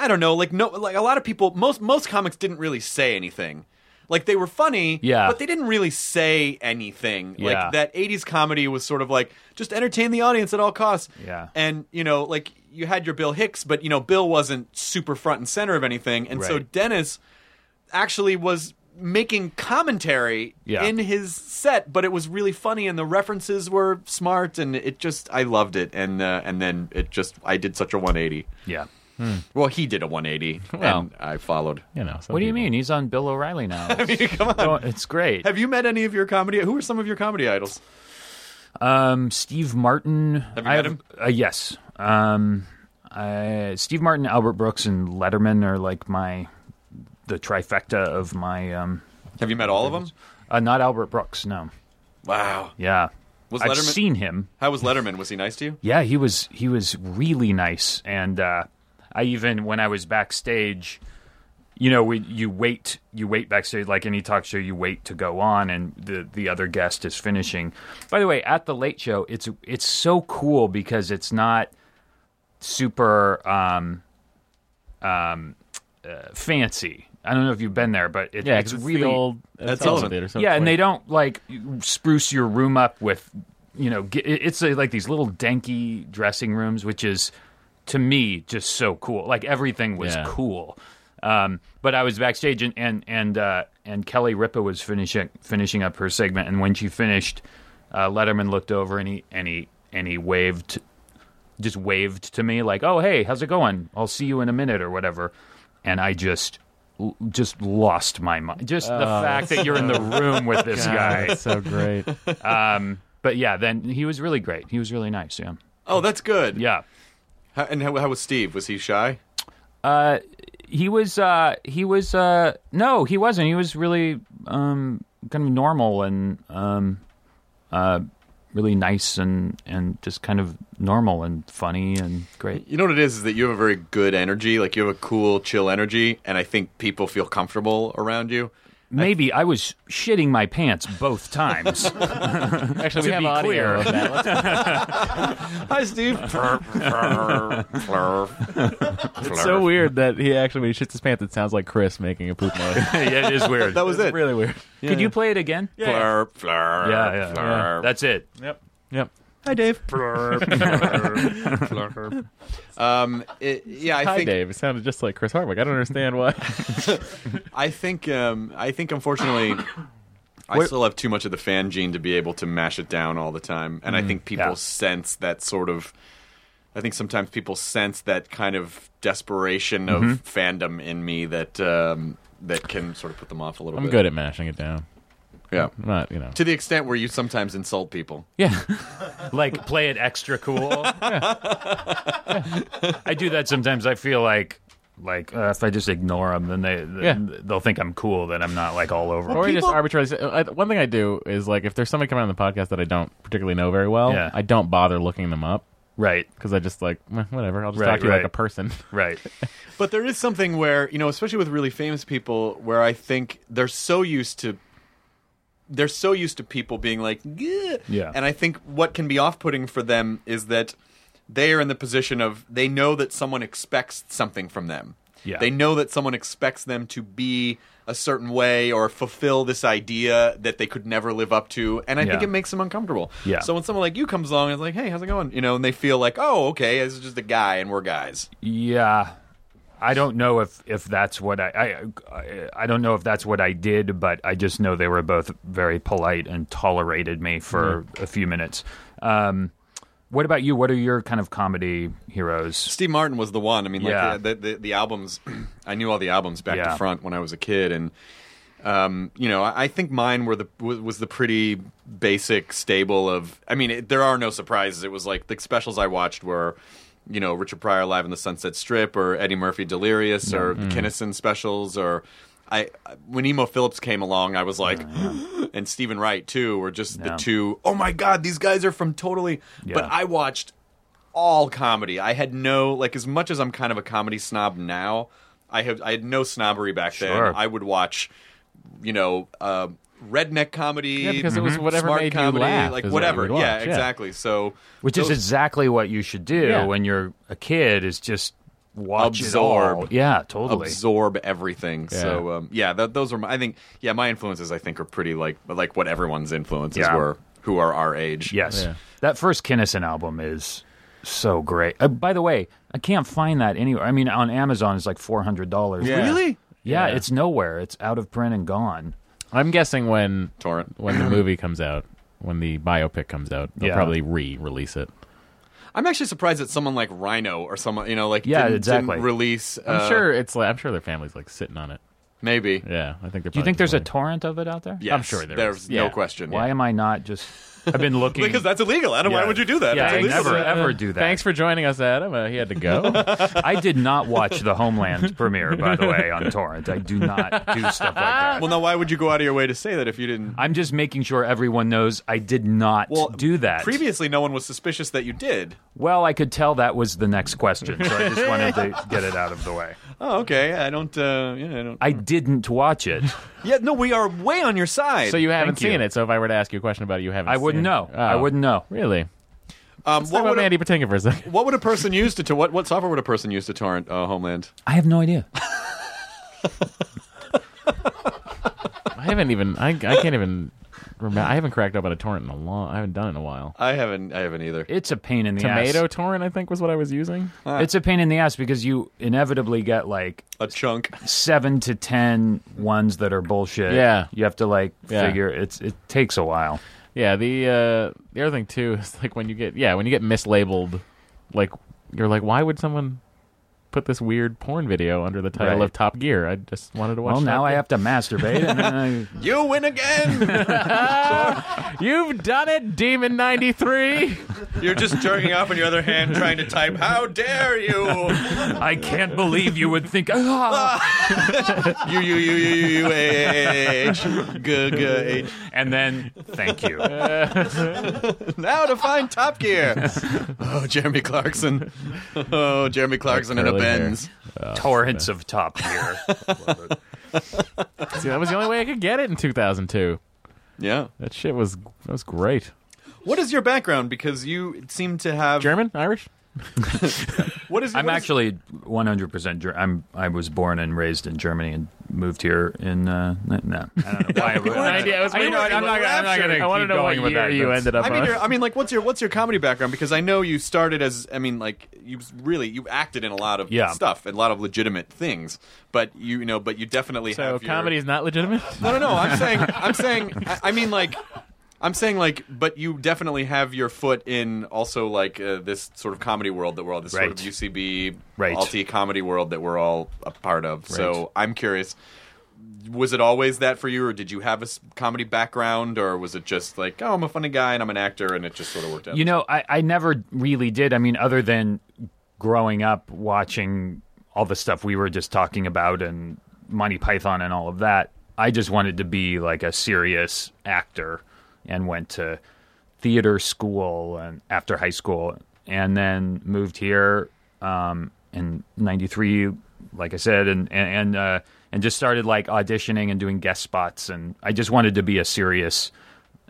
I don't know, like no, like a lot of people, most most comics didn't really say anything. Like they were funny,
Yeah.
but they didn't really say anything.
Yeah.
Like that '80s comedy was sort of like just entertain the audience at all costs.
Yeah.
and you know, like you had your Bill Hicks, but you know, Bill wasn't super front and center of anything, and so
Right.
Dennis actually was making commentary
Yeah.
in his set but it was really funny and the references were smart and it just i loved it and uh, and then it just i did such a 180
Yeah.
well, he did a
*laughs*
180,
Well.
and I followed.
You know. some
What do you
people-
mean? He's on Bill
*laughs*
O'Reilly now.
Come on.
Oh, it's great.
Have you met any of your comedy? Who are some of your comedy idols?
Um, Steve Martin. Have
you met him?
Uh, yes. Um, I, Steve Martin, Albert Brooks, and Letterman are like my the trifecta of my. Um,
Have you met all of them?
uh, not Albert Brooks. No.
Wow.
Yeah.
Was
I've
Letterman-
seen him.
How was Letterman? Was he nice to you?
Yeah, he was he was really nice, and uh, I even when I was backstage, you know, we you wait you wait backstage like any talk show, you wait to go on, and the the other guest is finishing. By the way, at the late show, it's it's so cool because it's not super um, um, uh, fancy. I don't know if you've been there, but it,
Yeah,
it's
'cause it's
really
the old that's
Sullivan.
elevator. So
yeah,
it's
and
like-
they don't like spruce your room up with, you know, ge- it- it's uh, like these little danky dressing rooms, which is to me just so cool. Like everything was
Yeah.
cool. Um, but I was backstage, and and and, uh, and Kelly Ripa was finishing finishing up her segment, and when she finished, uh, Letterman looked over and he and he and he waved just waved to me like, "Oh, hey, how's it going? I'll see you in a minute or whatever." And I just l- just lost my mind. Just the fact that you're in the room with this guy.
That's
*laughs*
so great.
But yeah, then he was really great. He was really nice, yeah.
Oh, that's good.
Yeah.
How, and how, how was Steve? Was he shy?
He was uh he was uh no, he wasn't. He was really um kind of normal and um uh really nice and and just kind of normal and funny and great.
You know what it is? Is that you have a very good energy. Like you have a cool, chill energy, and I think people feel comfortable around you.
Maybe I was shitting my pants both times.
*laughs* Actually, we
To
have
be
audio
clear.
of that.
*laughs*
Let's-
Hi, Steve.
it's so weird that he actually when he shits his pants, it sounds like Chris making a poop *laughs*
*laughs*
noise.
yeah, it is weird.
that was it.
really weird.
Could you play it again?
Flurp, flurp,
Yeah, yeah,
flurp.
That's it.
Yep. Hi, Dave.
Um, it- yeah, I
Hi,
think
Dave. It sounded just like Chris Hardwick. I don't understand
*laughs*
why.
I think um, I think unfortunately I still have too much of the fan gene to be able to mash it down all the time,
Mm,
and I think people
yeah.
sense that sort of. I think sometimes people sense that kind of desperation of
Mm-hmm.
fandom in me that um, that can sort of put them off a little
I'm
bit.
good at mashing it down.
Yeah.
I'm not, you know.
To the extent where you sometimes insult people.
Yeah.
Like play it extra
*laughs*
cool. I do that sometimes. I feel like like uh, if I just ignore them, then they
Yeah.
th- they'll think I'm cool. That I'm not like all over.
Or
them.
you just arbitrarily. Say, I, one thing I do is like if there's somebody coming on the podcast that I don't particularly know very well,
Yeah.
I don't bother looking them up
Right,
because I just like "Meh, whatever. I'll just
Right,
talk to you like
right.
a person. *laughs*
right.
But there is something where, you know, especially with really famous people, where I think they're so used to they're so used to people being like, "Yeah."
Yeah.
And I think what can be off-putting for them is that they are in the position of they know that someone expects something from them.
Yeah.
They know that someone expects them to be a certain way or fulfill this idea that they could never live up to, and I think
Yeah.
it makes them uncomfortable.
Yeah.
So when someone like you comes along and is like, "Hey, how's it going?" you know, and they feel like, "Oh, okay, this is just a guy, and we're guys."
Yeah, I don't know if if that's what I, I I I don't know if that's what I did, but I just know they were both very polite and tolerated me for
Mm-hmm.
a few minutes. Um, what about you? What are your kind of comedy heroes?
Steve Martin was the one. I mean, like *clears throat*
Yeah.
the, the the albums, I knew all the albums back
Yeah.
to front when I was a kid, and Um, you know, I I think mine were the was was the pretty basic stable of. I mean, it, there are no surprises. It was like the specials I watched were, you know, Richard Pryor live in the Sunset Strip, or Eddie Murphy Delirious, or
Mm-hmm.
the Kinnison specials, or I when Emo Phillips came along, I was like, *gasps* and Stephen Wright too, were just the
Yeah.
two oh my god, these guys are from totally. But
Yeah.
I watched all comedy. I had no like as much as I'm kind of a comedy snob now. I have I had no snobbery back then.
Sure.
I would watch, you know, uh, redneck comedy. mm-hmm.
Yeah, because it was whatever
smart
made you
comedy,
laugh
like
is what
whatever.
you would
yeah,
watch, yeah.
exactly. So
Which is
those-
exactly what you should do
Yeah.
when you're a kid is just watch
Absorb.
It all. Yeah, totally.
absorb everything.
Yeah.
So um, yeah, th- those are my, I think yeah my influences I think are pretty like like what everyone's influences
Yeah.
were who are our age.
Yes.
Yeah.
That first Kinnison album is so great. Uh, by the way, I can't find that anywhere. I mean, on Amazon, it's like $400.
Yeah. Really?
Yeah,
Yeah.
it's nowhere. It's out of print and gone.
I'm guessing when
Torrent.
*clears throat*
when the movie comes out, when the biopic comes out, they'll
Yeah.
probably re-release it.
I'm actually surprised that someone like Rhino or someone you know like
Yeah,
didn't,
exactly.
didn't release.
I'm
uh,
sure it's. Like, I'm sure their family's like sitting on it.
maybe.
Yeah, I think. they're
Do you
probably
think there's a
just
torrent of it out there?
Yes,
I'm sure there
there's
is.
no
Yeah.
question.
Why am I not just? *laughs* I've been looking
Because that's illegal. Adam, why
Yeah.
would you do that?
Yeah,
That's
I
illegal.
never
like,
ever
uh,
do that.
Thanks for joining us, Adam. Uh, he had
*laughs*
to go.
I did not watch the Homeland *laughs* premiere, by the way, on torrent. I do not do stuff like
*laughs*
that.
Well, now why would you go out of your way to say that if you didn't?
I'm just making sure everyone knows I did not
Well,
do that.
Previously, no one was suspicious that you did.
well, I could tell that was the next question, so I just wanted to get it out of the way.
Oh, okay. I don't. Uh, yeah, I don't.
I didn't watch it.
yeah, no, we are way on your side.
so you haven't
Thank you.
seen it. So if I were to ask you a question about it, you haven't.
I wouldn't
seen it. Oh.
know. I wouldn't know.
Really?
um,
Let's
what
talk about
would
Mandy
a,
Patinkin for a second. *laughs*
what would a person use to, to what what software would a person use to torrent uh, Homeland?
I have no idea.
I haven't even. I, I can't even. Remember, I haven't cracked up on a torrent in a long. I haven't done it in a while.
I haven't. I haven't either.
It's a pain in the
Tomato
ass.
torrent, I think, was what I was using.
It's a pain in the ass because you inevitably get like
A chunk.
seven to ten ones that are bullshit.
Yeah.
you have to like
Yeah.
figure. It's it takes a while.
Yeah, the uh, the other thing too *laughs* is like when you get yeah when you get mislabeled, like you're like, why would someone put this weird porn video under the title
Right.
of Top Gear? I just wanted to watch.
Well,
Top
now I
Gear.
have to masturbate. And then *laughs* I,
You win again.
You've done it, Demon ninety three. *laughs*
You're just jerking off on your other hand, trying to type. How dare you?
I can't believe you would think. "Ah,"
You you you you you you H g g h.
and then thank you.
Now to find Top
*laughs*
Gear. Oh, Jeremy Clarkson. Oh, Jeremy Clarkson in a
Curly hair.
Benz.
Torrents of Top Gear.
*laughs*
*laughs*
See, that was the only way I could get it in two thousand two.
Yeah.
That shit was that was great.
What is your background? Because you seem to have
German, Irish.
What is?
I'm
what is-
actually 100. percent I'm I was born and raised in Germany and moved here in uh, n-
*laughs*
no. I don't know why. I would- I
idea. I was
I- you know what, I'm not gonna- I'm not gonna
I wanna
keep
know
going
what
with
year
that,
you
but-
ended up.
I mean,
on.
you're- I mean, like, what's your what's your comedy background? Because I know you started as, I mean, like, you s- really you acted in a lot of
Yeah.
stuff, a lot of legitimate things, but you, you know, but you definitely
so
have your-
comedy is not legitimate.
No, no, no. I'm saying, I'm saying, I, I mean, like, I'm saying, like, but you definitely have your foot in also like uh, this sort of comedy world that we're all this
Right.
sort of UCB,
Right.
alt comedy world that we're all a part of. So I'm curious. Was it always that for you, or did you have a s- comedy background, or was it just like, oh, I'm a funny guy and I'm an actor, and it just sort of worked out?
You know, I, I never really did. I mean, other than growing up watching all the stuff we were just talking about and Monty Python and all of that, I just wanted to be like a serious actor and went to theater school and after high school and then moved here um, in 93 like i said and and and, uh, and just started like auditioning and doing guest spots and i just wanted to be a serious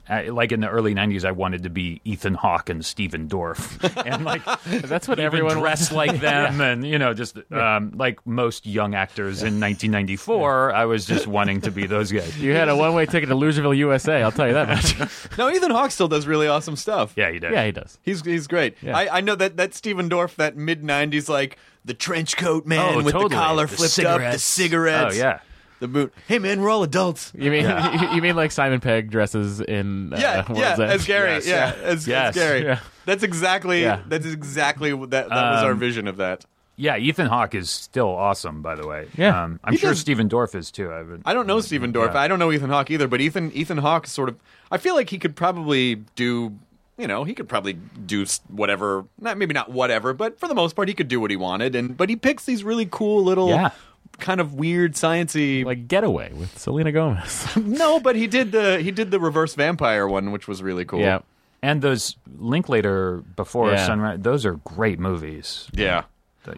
I, like in the early '90s, I wanted to be Ethan Hawke and Steven Dorff, and like
*laughs* That's what
everyone
everyone
dressed like them, and you know, just um, like most young actors in 1994, I was just wanting to be those guys.
You had a one way ticket to Louisville, USA. I'll tell you that much.
no, Ethan Hawke still does really awesome stuff.
Yeah, you did.
yeah, he does.
He's he's great. I, I know that that Steven Dorff, that mid '90s like the trench coat man
Oh,
with
totally.
the collar
The
flipped up, the
cigarettes.
cigarettes.
Oh, yeah. Uh,
the boot. Hey man, we're all adults.
You mean *laughs* you, mean like Simon Pegg dresses in uh,
*laughs*
Yeah,
World's
yeah,
End?
as Gary.
Yes.
Yeah, as,
Yes.
as Gary.
Yeah.
That's exactly
Yeah.
Um,
that's exactly what- that. That was our vision of that.
yeah, Ethan Hawke is still awesome, by the way.
Yeah.
um, I'm
He
sure
does-
Stephen Dorff is too. I, haven't-
I don't know Stephen Dorff.
Yeah.
I don't know Ethan Hawke either. But Ethan Ethan Hawke sort of. I feel like he could probably do. You know, he could probably do s- whatever. Not maybe not whatever, but for the most part, he could do what he wanted. And but he picks these really cool little,
Yeah.
kind of weird sciency. Like
*laughs* Like Getaway with Selena Gomez.
no, but he did the he did the reverse vampire one, which was really cool.
yeah.
and those Linklater before
Yeah.
Sunrise, those are great movies.
yeah.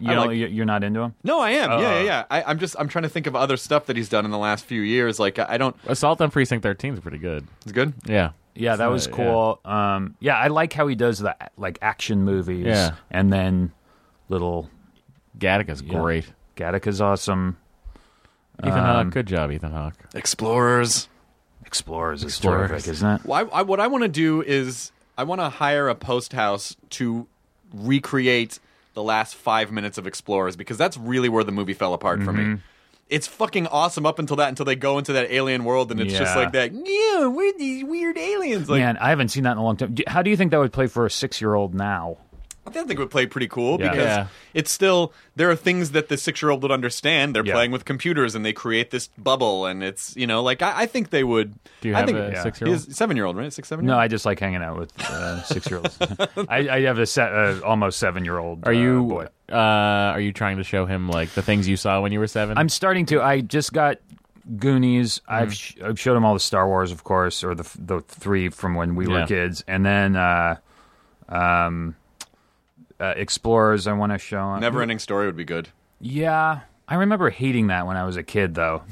You
I
know,
like-
you- you're not into them.
No, I am. yeah, yeah, yeah. I, I'm just I'm trying to think of other stuff that he's done in the last few years. Like I, I don't.
Assault on Precinct 13 is pretty good.
It's good.
Yeah.
Yeah, that
Uh,
was
yeah.
cool. Yeah. Um, yeah, I like how he does the like action movies.
Yeah.
and then little
Gattaca's
Yeah.
great.
Gattaca's awesome.
Ethan
Um,
Hawke, good job, Ethan Hawke.
Explorers.
Explorers is
Explorers.
terrific, isn't it?
Well, I, I, what I want to do is I want to hire a post house to recreate the last five minutes of Explorers because that's really where the movie fell apart for me. It's fucking awesome up until that, until they go into that alien world and it's just
Yeah.
like that. Yeah, we're these weird aliens. Like
Man, I haven't seen that in a long time. Do- How do you think that would play for a six-year-old now?
I think it would play pretty cool
Yeah.
because
Yeah.
it's still there are things that the six year old would understand. They're
Yeah.
playing with computers and they create this bubble and it's you know like I, I think they would.
Do you
I
have
think,
a
yeah.
six-year-old?
seven year old right six seven.
No, I just like hanging out with uh,
*laughs*
six-year-olds. I, I have a se- uh, almost seven-year-old.
Are
uh,
you
boy.
uh, are you trying to show him like the things you saw when you were seven?
I'm starting to. I just got Goonies.
Mm-hmm.
I've, sh- I've showed him all the Star Wars, of course, or the f- the three from when we
Yeah.
were kids, and then uh, um, uh, Explorers. I want to show him.
Never ending story would be good.
Yeah, I remember hating that when I was a kid, though.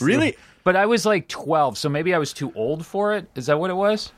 Really,
But I was like 12, so maybe I was too old for it. Is that what it was?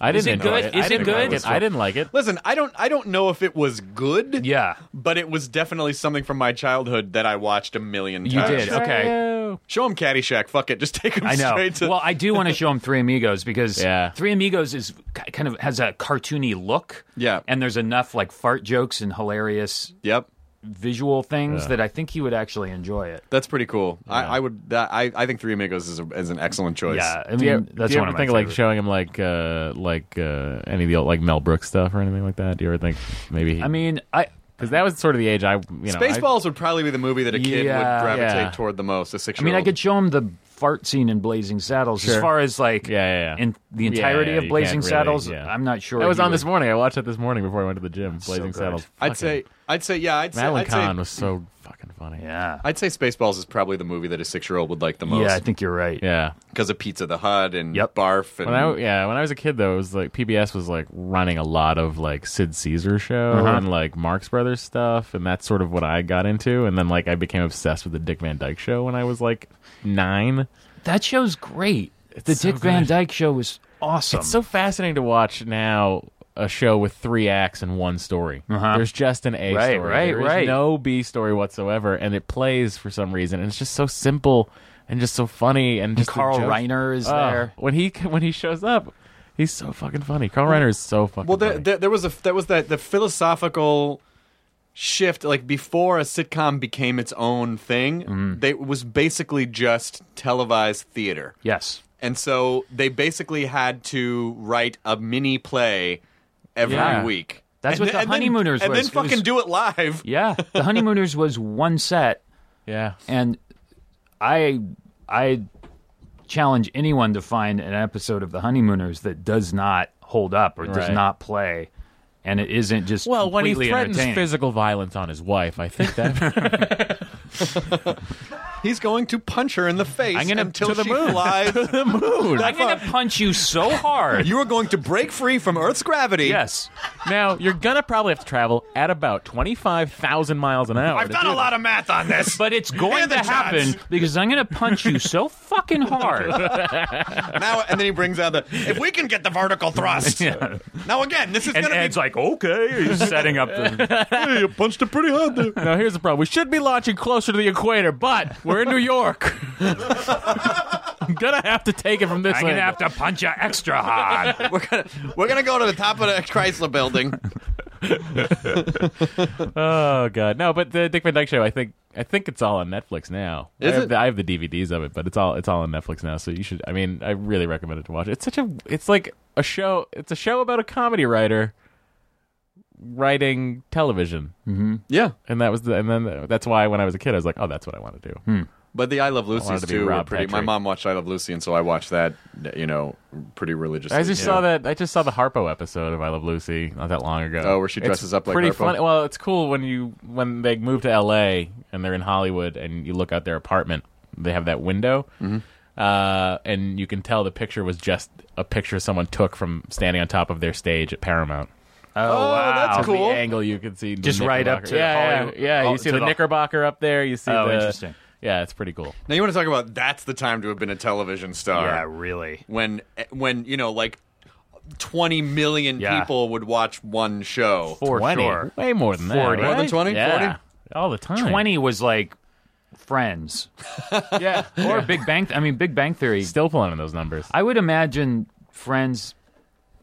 I didn't
it
enjoy
good?
It.
Is
I
it
didn't
good?
like it. I didn't like it.
Listen, I don't I don't know if it was good,
Yeah,
but it was definitely something from my childhood that I watched a million
you
Uh,
times.
did. Okay.
Show him Caddyshack. Fuck it, just *laughs* take him
*laughs*
I know.
straight to.
Well, I do want to show him Three Amigos because
Yeah.
Three Amigos is ki- kind of has a cartoony look.
Yeah.
And there's enough like fart jokes and hilarious
yep,
visual things that I think he would actually enjoy it.
that's pretty cool. I, I would. That, I I think Three Amigos is, a, is an excellent choice.
Yeah, I mean
Do you,
that's
do you
one
ever
of my
think like
favorites.
showing him like uh, like uh, any of the old like Mel Brooks stuff or anything like that? Do you ever think maybe? He,
I mean, I
because that was sort of the age I you know I-
Spaceballs would probably be the movie that a kid
Yeah.
would gravitate
Yeah.
toward the most. A six
I
year old.
mean, I could show him the fart scene in Blazing Saddles. As
Sure.
far as like
Yeah, yeah, yeah.
in the
Yeah,
entirety
yeah,
of
you
Blazing
can't really-
Saddles,
yeah.
I'm not sure.
That was
he
on
would-
this morning. I watched it this morning before I went to the gym. Blazing
good.
Saddles.
I'd say. I'd say. Yeah. I'd say.
Madeline
I'd say,
Kahn was so fucking funny.
Yeah,
I'd say Spaceballs is probably the movie that a six year old would like the most.
yeah, I think you're right.
Yeah.
because of Pizza the Hut and
Yep.
Barf. And
When I yeah, when I was a kid though, it was like PBS was like running a lot of like Sid Caesar show
Uh-huh.
and like Marx Brothers stuff, and that's sort of what I got into. And then like I became obsessed with the Dick Van Dyke show when I was like nine.
That show's great. the
so
Dick Van
good.
Dyke show was awesome.
It's so fascinating to watch now a show with three acts and one story.
Uh-huh.
There's just an A
Right,
story.
right,
There is
right.
no B story whatsoever, and it plays for some reason. And it's just so simple and just so funny. And just the
Carl
jokes-
Reiner is
Oh,
there.
when he *laughs* when he shows up. He's so fucking funny. Carl Reiner is so fucking
Well, there,
funny.
there, there was a that was that the philosophical shift. Like before, a sitcom became its own thing.
Mm-hmm.
They it was basically just televised theater,
Yes.
and so they basically had to write a mini play every
Yeah.
week.
That's
and then-
what The
and then-
Honeymooners
and
was.
then
It was-
fucking do it live.
Yeah. The Honeymooners was one set
yeah.
and I I challenge anyone to find an episode of The Honeymooners that does not hold up or does
Right.
not play and it isn't just
Well, when he
completely
threatens
entertaining.
physical violence on his wife, I
*laughs*
think that
He's going to punch her in the face
I'm gonna-
until
to the
she
moon. *laughs*
flies.
I'm going to punch you so hard.
you are going to break free from Earth's gravity.
yes.
now you're gonna probably have to travel at about twenty five thousand miles an hour.
I've done a lot of math on this.
Oh, But it's going
the
to happen
shots.
because I'm going to punch you so
*laughs*
fucking hard.
now and then he brings out the if we can get the vertical
*laughs*
thrust. Now again, this is
And
gonna be
Ed's like, okay, he's setting up the.
*laughs* you punched it pretty hard there.
Now here's the problem: we should be launching closer to the equator, but we're in New York. *laughs* I'm gonna have to take it from this.
I'm going to
angle.
have to punch you extra hard.
We're gonna we're gonna go to the top of the Chrysler Building.
Oh god, no! But the Dick Van Dyke Show, I think, I think it's all on Netflix now.
Is
I have,
it?
The, I have the DVDs of it, but it's all it's all on Netflix now. So you should. I mean, I really recommend it to watch. It's such a. It's like a show. It's a show about a comedy writer writing television,
*laughs* Yeah,
and that was the, and then that's why when I was a kid I was like, oh, that's what I want to do.
but the I Love
wanted
Lucy's
to be
too. were
Rob
pretty, my
Patrick.
mom watched I Love Lucy, and so I watched that. You know, pretty religiously.
I just
too.
saw that. I just saw the Harpo episode of I Love Lucy not that long ago.
Oh, where she
It's
dresses up like
pretty
Harpo?
funny. Well, it's cool when you when they move to L.A. and they're in Hollywood and you look out their apartment. They have that window,
Mm-hmm.
uh, and you can tell the picture was just a picture someone took from standing on top of their stage at Paramount.
Oh,
that's
wow.
From
cool.
The angle you can see the
Just right up
Knickerbocker-
to
yeah,
Hollywood-
yeah, yeah.
Hol-
You see
to
the,
the-
Knickerbocker up there. You see
Oh,
the-
interesting.
Yeah, it's pretty cool.
Now you want to talk about that's the time to have been a television star.
Yeah, really.
When when you know like 20 million
Yeah.
people would watch one show.
For
20,
sure.
way more than
40.
that.
More
than
right?
20?
Yeah,
40?
all the time.
20 was like
*laughs*
Friends. yeah. Or Big Bang. Th- I mean, Big Bang Theory.
Still pulling in those numbers.
I would imagine Friends.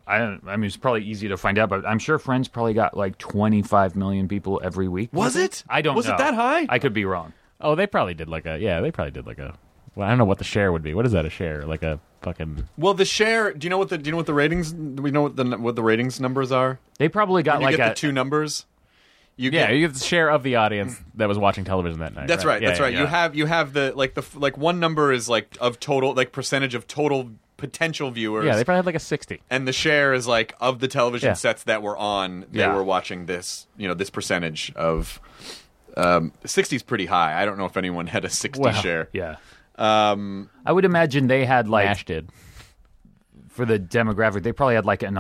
I don't. I mean, it's probably easy to find out, but I'm sure Friends probably got like 25 million people every week.
Was it?
I don't.
Was it
know.
that high?
I could be wrong.
Oh, they probably did like a yeah, they probably did like a. Well, I don't know what the share would be. What is that a share? Like a fucking
Well, the share. Do you know what the do you know what the ratings? Do we know what the what the ratings numbers are?
They probably got
You
like
get
a
the two numbers. You
yeah,
get-
you get the share of the audience that was watching television that night.
That's right.
Yeah,
that's
yeah,
right. You
yeah.
have you have the like the f- like one number is like of total like percentage of total potential viewers.
Yeah, they probably had like a sixty.
and the share is like of the television
Yeah.
sets that were on they
Yeah.
were watching this you know this percentage of um 60's pretty high i don't know if anyone had a 60
Well,
share
yeah.
um
I would imagine they had like
Ash did.
for the demographic. They probably had like an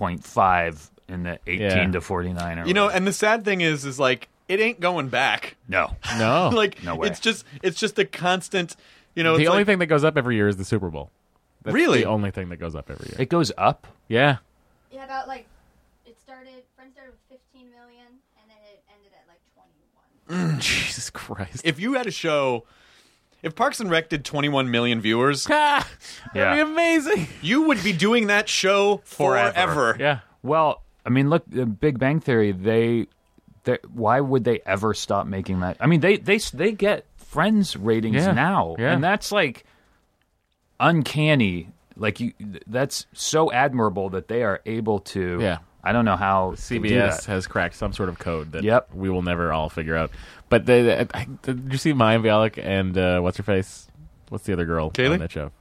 11.5 in the 18
Yeah.
to 49 or
you know
whatever.
and the sad thing is is like it ain't going back *laughs*
no.
Oh, No,
like
no way.
it's just it's just a constant you know
the
it's
only
like-
thing that goes up every year is the Super Bowl. That's
Really?
the only thing that goes up every year.
It goes up.
Yeah,
Yeah, about like it started. Friends started with 15 million, and then it ended at like 21.
Mm.
*laughs* Jesus Christ.
if you had a show if Parks and Rec did 21 million viewers,
Ah,
Yeah.
that'd be amazing.
you would be doing that show forever.
Yeah,
Well, I mean, look, the Big Bang Theory. They, they, why would they ever stop making that? I mean, they they they get Friends ratings
Yeah.
now,
Yeah.
and that's like uncanny. Like you, that's so admirable that they are able to.
Yeah.
I don't know how they do
CBS
that.
has cracked some sort of code that
Yep.
we will never all figure out. But they, I, did you see Maya Bialik and uh, what's her face? What's the other girl
Kaylee?
on that show?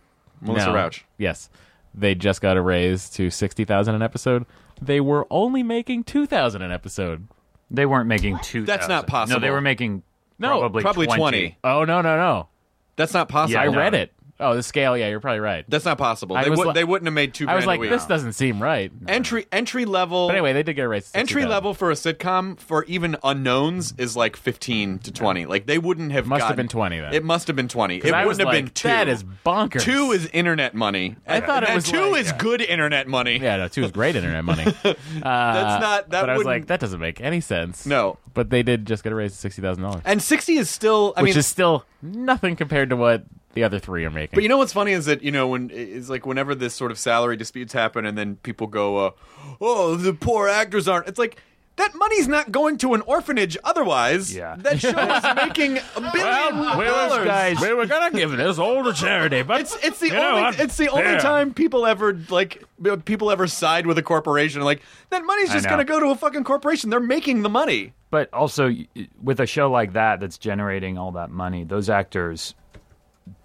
Melissa
No.
Rauch.
Yes, they just got a raise to sixty thousand an episode. They were only making two thousand an episode.
They weren't making two.
That's not
No, they
possible.
were making
No,
probably
probably
20.
20.
Oh no no no!
That's not possible.
Yeah,
I
no.
read it. Oh, the scale. Yeah, you're probably right.
That's not possible.
I
They,
was
would,
like-
they wouldn't have made two
I was
grand
like,
a week.
this doesn't seem right.
entry entry level
But anyway, they did get a raise. To 60,000.
entry level for a sitcom for even unknowns is like 15 to 20 like they wouldn't have
Must have
gotten-
been 20 then.
it must have been 20 it
'Cause I
wouldn't
was
have
like,
been two
That is bonkers.
two is internet money
I thought it
And
was
two
like-
is good internet money
Yeah, no, two is great internet
*laughs*
money. Uh, That's
not- that
But I was like,
wouldn't-
that doesn't make any sense.
No.
But they did just get a raise to sixty thousand dollars,
and 60 is still i
which
mean
is still nothing compared to what the other three are making.
But you know what's funny is that you know when it's like whenever this sort of salary disputes happen, and then people go, uh, "Oh, the poor actors aren't." It's like that money's not going to an orphanage otherwise.
Yeah.
that show
*laughs*
is making a billion dollars.
we were gonna give this all to charity, but
It's it's the only it's the only time people ever like b- people ever side with a corporation. Like that money's
I
just
know.
gonna go to a fucking corporation. They're making the money.
but also y- with a show like that that's generating all that money those actors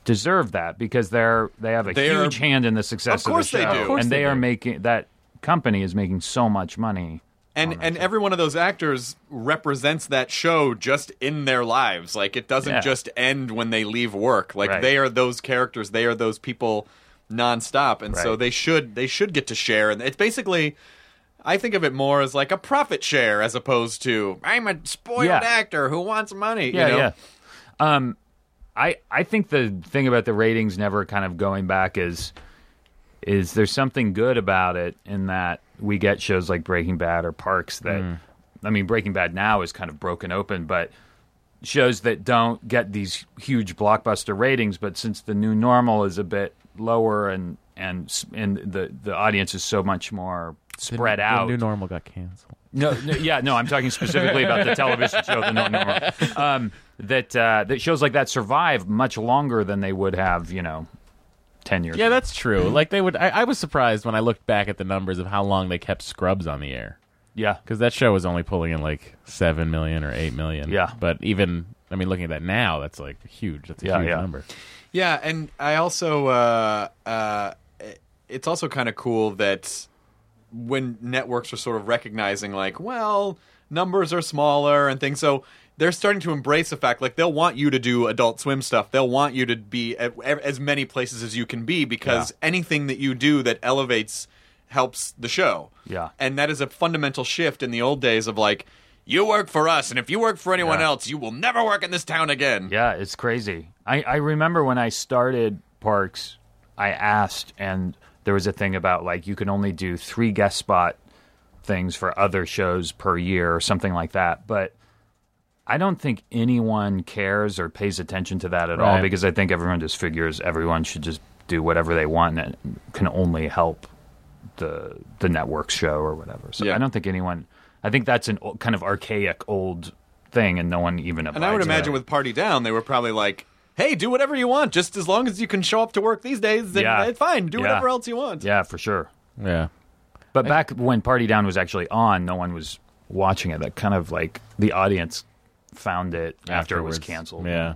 deserve that because they're they have a
They are-
huge hand in the success
Of course
the
they
show
do. Of course
and they,
they
are
do.
making that company is making so much money
And and every one of those actors represents that show just in their lives. Like it doesn't
Yeah.
just end when they leave work. Like
Right.
they are those characters. They are those people nonstop. And so
Right.
they should they should get to share. And it's basically. I think of it more as like a profit share as opposed to I'm a spoiled
Yeah.
actor who wants money. you
yeah
know?
yeah um i i think the thing about the ratings never kind of going back is is there's something good about it in that we get shows like breaking bad or parks that
Mm.
i mean breaking bad now is kind of broken open but shows that don't get these huge blockbuster ratings but since the new normal is a bit lower and and s- and the the audience is so much more spread out
new normal got canceled.
no, no, yeah, no. I'm talking specifically about the television show, The No Normal. Um, that uh, that shows like that survive much longer than they would have, you know, ten years.
Yeah,
ago.
that's true. Like they would. I, I was surprised when I looked back at the numbers of how long they kept Scrubs on the air.
Yeah.
because that show was only pulling in like seven million or eight million.
Yeah.
but even I mean, looking at that now, that's like huge. That's a
Yeah,
huge
yeah.
number.
Yeah, and I also uh, uh, it's also kind of cool that when networks are sort of recognizing like, well, numbers are smaller and things, so they're starting to embrace the fact like they'll want you to do Adult Swim stuff. They'll want you to be at ev- as many places as you can be because anything that you do that elevates helps the show.
Yeah.
and that is a fundamental shift in the old days of like. You work for us, and if you work for anyone else, you will never work in this town again.
Yeah, it's crazy. I, I remember when I started Parks, I asked, and there was a thing about like you can only do three guest spot things for other shows per year or something like that. But I don't think anyone cares or pays attention to that at all
Right.
because I think everyone just figures everyone should just do whatever they want and it can only help the the network show or whatever. So
Yeah.
I don't think anyone. I think that's an o- kind of archaic old thing, and no one even.
And I would
abides by
imagine
it.
with Party Down, they were probably like, "Hey, do whatever you want, just as long as you can show up to work these days. Then
Yeah.
it's fine. Do
Yeah.
whatever else you want."
Yeah, for sure.
Yeah,
But back when Party Down was actually on, no one was watching it. That kind of like the audience found it after it was
Afterwards.
canceled.
Yeah,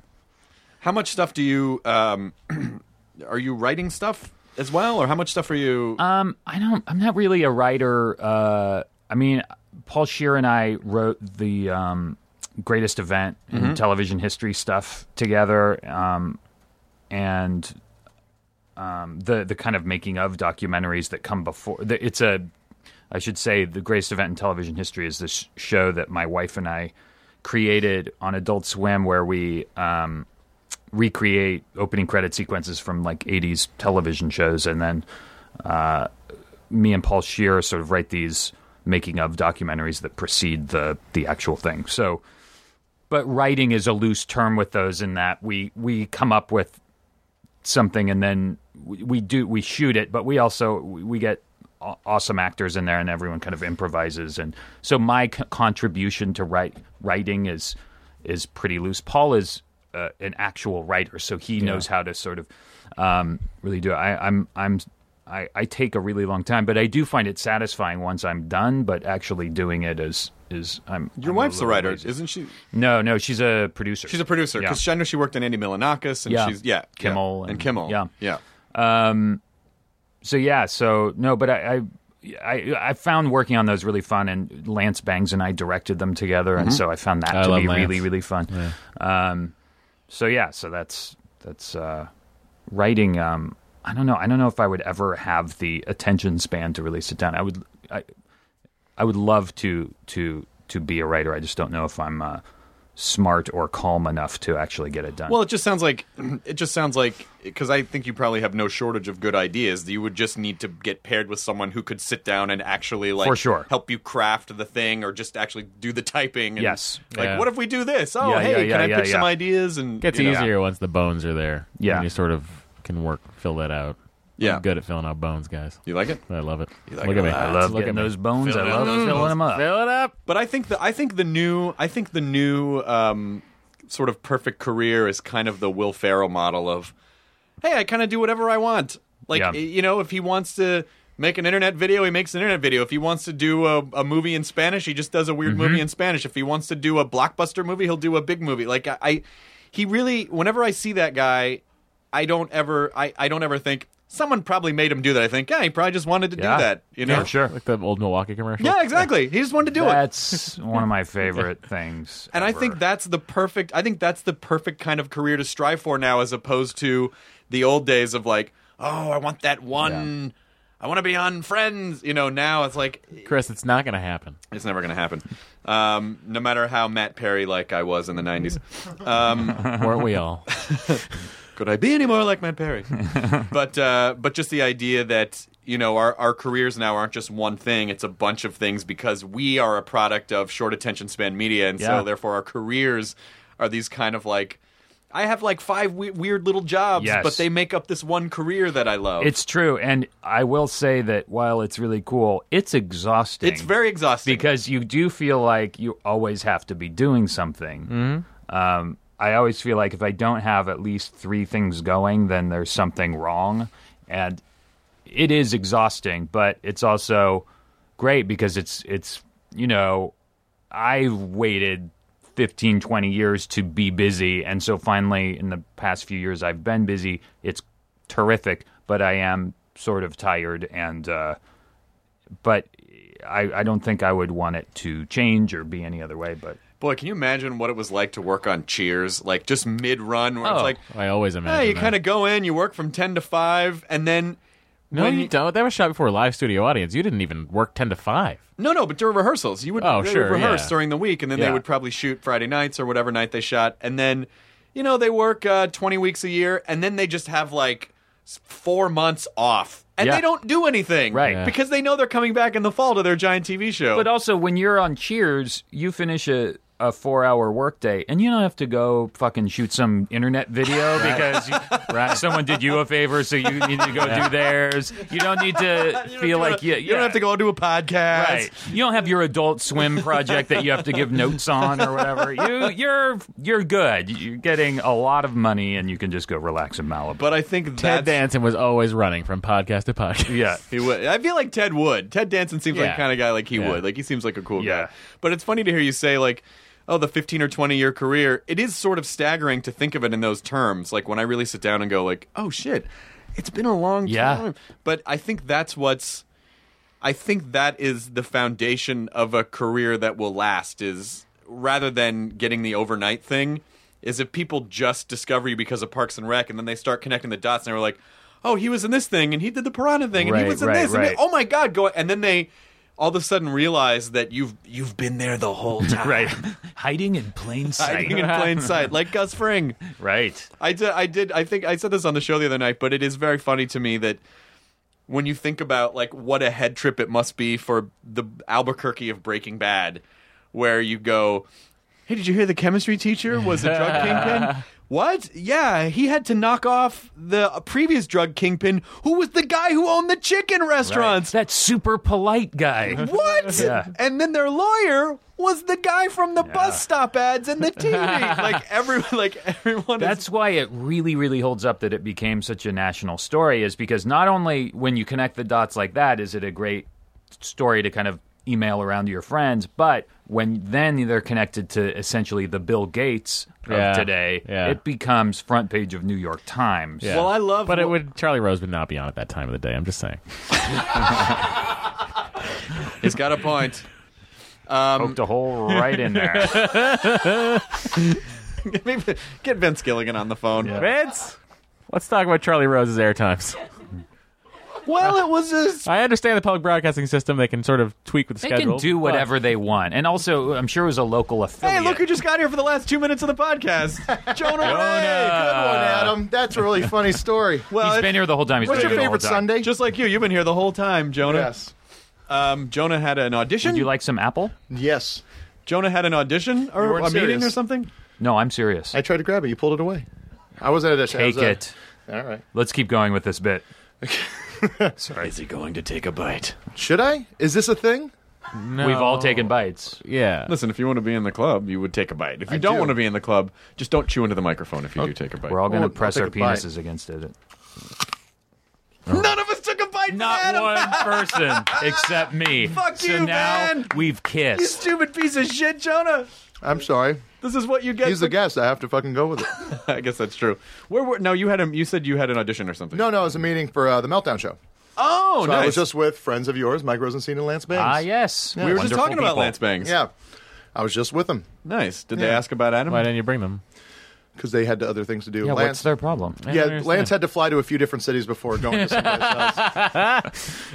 How much stuff do you? Um, *clears throat* are you writing stuff as well, or how much stuff are you?
Um, I don't. I'm not really a writer. Uh, I mean, Paul Shear and I wrote the um, greatest event in television history stuff together, um, and um, the the kind of making of documentaries that come before. The, it's a, I should say, the greatest event in television history is this show that my wife and I created on Adult Swim, where we. Um, recreate opening credit sequences from like 80s television shows and then uh, me and Paul Shear sort of write these making of documentaries that precede the the actual thing. So but writing is a loose term with those in that we we come up with something and then we, we do we shoot it, but we also we we get aw- awesome actors in there and everyone kind of improvises and so my c- contribution to write writing is is pretty loose. Paul is uh, an actual writer, so he knows how to sort of um, really do it. I, I'm I'm I, I take a really long time, but I do find it satisfying once I'm done. But actually doing it is is I'm
Your
I'm a
wife's a
little
writer,
lazy.
isn't she?
No, no, she's a producer.
She's a producer because I know she worked on Andy Milonakis, and
Yeah.
she's yeah,
Kimmel
yeah.
and-
and Kimmel,
yeah.
yeah.
so yeah, so no, but I, I, I, I found working on those really fun, and Lance Bangs and I directed them together,
Mm-hmm.
and so I found that
I
to
love
be
Lance.
really, really fun. Um, so yeah, so that's that's uh, writing. Um, I don't know. I don't know if I would ever have the attention span to really sit down. I would, I, I would love to to to be a writer. I just don't know if I'm uh, smart or calm enough to actually get it done.
Well, it just sounds like it just sounds like because I think you probably have no shortage of good ideas. You would just need to get paired with someone who could sit down and actually like
For sure.
help you craft the thing or just actually do the typing. And,
Yes.
like
Yeah.
what if we do this? Oh,
Yeah,
hey,
yeah, yeah,
can I
yeah,
pitch some
yeah.
ideas? And
gets
you know.
easier once the bones are there.
Yeah.
and you sort of can work fill that out.
Yeah.
I'm good at filling out bones, guys.
You like it?
I love it.
like
Look
it a
at me.
lot.
I love
Look
getting
at me.
those bones. I love
Filling
filling them up.
Fill it up.
But I think the I think the new I think the new um, sort of perfect career is kind of the Will Ferrell model of, hey, I kind of do whatever I want. Like
Yeah.
y- you know, if he wants to make an internet video, he makes an internet video. If he wants to do a, a movie in Spanish, he just does a weird
Mm-hmm.
movie in Spanish. If he wants to do a blockbuster movie, he'll do a big movie. Like I, I he really whenever I see that guy, I don't ever I, I don't ever think someone probably made him do that. I think yeah, he probably just wanted to
Yeah.
do that. You know.
Yeah, sure.
Like the old Milwaukee commercial.
Yeah, exactly. He just wanted to do it.
That's one of
*laughs*
my favorite things.
And I think
ever.
that's the perfect. I think that's the perfect kind of career to strive for now, as opposed to the old days of like, oh, I want that one. I want to be on Friends. You know, now it's like
Chris, it's not going to happen.
it's never going to happen. Um, no matter how Matt Perry like I was in the '90s, um,
Weren't
*laughs*
we all?
could I be any more like Matt
*laughs*
Perry? but uh, but just the idea that you know our our careers now aren't just one thing; it's a bunch of things because we are a product of short attention span media, and
Yeah.
so therefore our careers are these kind of like. I have like five we- weird little jobs,
Yes.
but they make up this one career that I love.
it's true. And I will say that while it's really cool, it's exhausting.
it's very exhausting.
because you do feel like you always have to be doing something. Um, I always feel like if I don't have at least three things going, then there's something wrong, and it is exhausting. But it's also great because it's it's you know, I waited 15, 20 years to be busy. And so finally, in the past few years, I've been busy. It's terrific, but I am sort of tired. And, uh, but I, I don't think I would want it to change or be any other way. But
Boy, can you imagine what it was like to work on Cheers? Like just mid run, where it's
Oh,
like,
I always imagine.
hey, you
that.
kind of go in, you work from 10 to 5, and then.
No,
when
you don't. That was shot before a live studio audience. You didn't even work ten to five.
No, no, but during rehearsals, you would,
Oh,
they
sure,
would rehearse
yeah.
during the week, and then they
Yeah.
would probably shoot Friday nights or whatever night they shot, and then, you know, they work uh, twenty weeks a year, and then they just have like s- four months off, and
Yeah.
they don't do anything,
Right. Yeah.
Because they know they're coming back in the fall to their giant TV show.
oh,
But also, when you're on Cheers, you finish a, a four hour workday and you don't have to go fucking shoot some internet video *laughs* because you, someone did you a favor, so you need to go do theirs. You don't need to
*laughs* You don't
feel
do
like
a-
you,
you don't have to go do a podcast.
Right. You don't have your adult swim project that you have to give notes on or whatever. You you're you're good. You're getting a lot of money and you can just go relax in Malibu.
But I think
Ted
that's,
Danson was always running from podcast to podcast. *laughs*
yeah.
He would. I feel like Ted would. Ted Danson seems like
Yeah.
the kind of guy like he
Yeah.
would. Like he seems like a cool
Yeah.
guy. But it's funny to hear you say like, oh, the fifteen or twenty year career. It is sort of staggering to think of it in those terms. Like when I really sit down and go like, oh shit, it's been a long
Yeah.
time. But I think that's what's. I think that is the foundation of a career that will last. Is rather than getting the overnight thing, is if people just discover you because of Parks and Rec, and then they start connecting the dots, and they're like, "Oh, he was in this thing, and he did the Piranha thing, and
Right,
he was in
right,
this,
right.
and oh my god, go!" And then they all of a sudden realize that you've you've been there the whole time, *laughs*
*laughs* Right. Hiding in plain sight.
hiding in plain sight, like Gus Fring.
Right.
I did. I did. I think I said this on the show the other night, but it is very funny to me that when you think about like what a head trip it must be for the Albuquerque of Breaking Bad, where you go, "Hey, did you hear the chemistry teacher was a drug
*laughs*
kingpin?" What? Yeah, he had to knock off the previous drug kingpin, who was the guy who owned the chicken
*laughs*
restaurants.
That super polite *laughs* guy.
What?
Yeah.
And then their lawyer was the guy from the bus stop ads and the
*laughs*
TV. like every, like everyone. is
That's why it really, really holds up that it became such a national story, is because not only when you connect the dots like that is it a great story to kind of email around to your friends, but when then they're connected to essentially the Bill Gates of
Yeah,
today,
yeah.
it becomes front page of New York Times.
Yeah.
Well, I love
But it
what-
would Charlie Rose would not be on at that time of the day. I'm just saying.
He's got a *laughs* point.
Poked a hole *laughs* right in there.
Maybe get Vince Gilligan on the phone.
Vince, let's talk about Charlie Rose's air times.
Well, it was
*laughs*
a
I understand the public broadcasting system; they can sort of tweak with the
they
schedule.
can do whatever they want. And also, I'm sure it was a local affiliate.
hey. Look who just got here for the last two minutes of the podcast, Jonah.
Hey,
Ray.
good
Uh,
one, Adam. That's a really funny
*laughs*
story.
Well,
He's
it-
been here the whole time. He's
What's
been
your
here the whole
favorite
time.
Sunday?
just like you, you've been here the whole time, Jonah.
yes,
Um, Jonah had an audition.
Would you like some apple?
yes.
Jonah had an audition
You
or
weren't
a meeting
serious.
or something.
No, I'm serious.
I tried to grab it. You pulled it away. I was at a I
Take
was at-
it.
All right.
Let's keep going with this bit.
Is he going to take a bite?
Should I? Is this a thing?
We've
Oh.
all taken bites.
Yeah.
Listen, if you want to be in the club, you would take a bite. If you don't
do.
want to be in the club, just don't chew into the microphone if you do take a bite.
We're all going to
Oh, I'll
press
take
our
a bite.
penises against it.
None of us took a bite. from Adam.
*laughs*
person except me.
Fuck
so
you,
now
man.
we've
You
kissed.
stupid piece of shit, Jonah.
I'm sorry.
This is what you get.
He's
for-
the guest. I have to fucking go with it.
I guess that's true. Where were? No, you had him. You said you had an audition or something.
No, no, it was a meeting for uh, the Meltdown show.
Oh,
So I was just with friends of yours, Mike Rosenstein and Lance Bangs.
Ah, yes.
we were just
Wonderful
talking about
people.
Lance Bangs.
Yeah. I was just with them
Nice. Did they ask about Adam?
Why didn't you bring them?
because they had other things to do.
Yeah,
Lance,
what's their problem?
don't
yeah,
understand.
Lance had to fly to a few different cities before going to someplace else.
*laughs*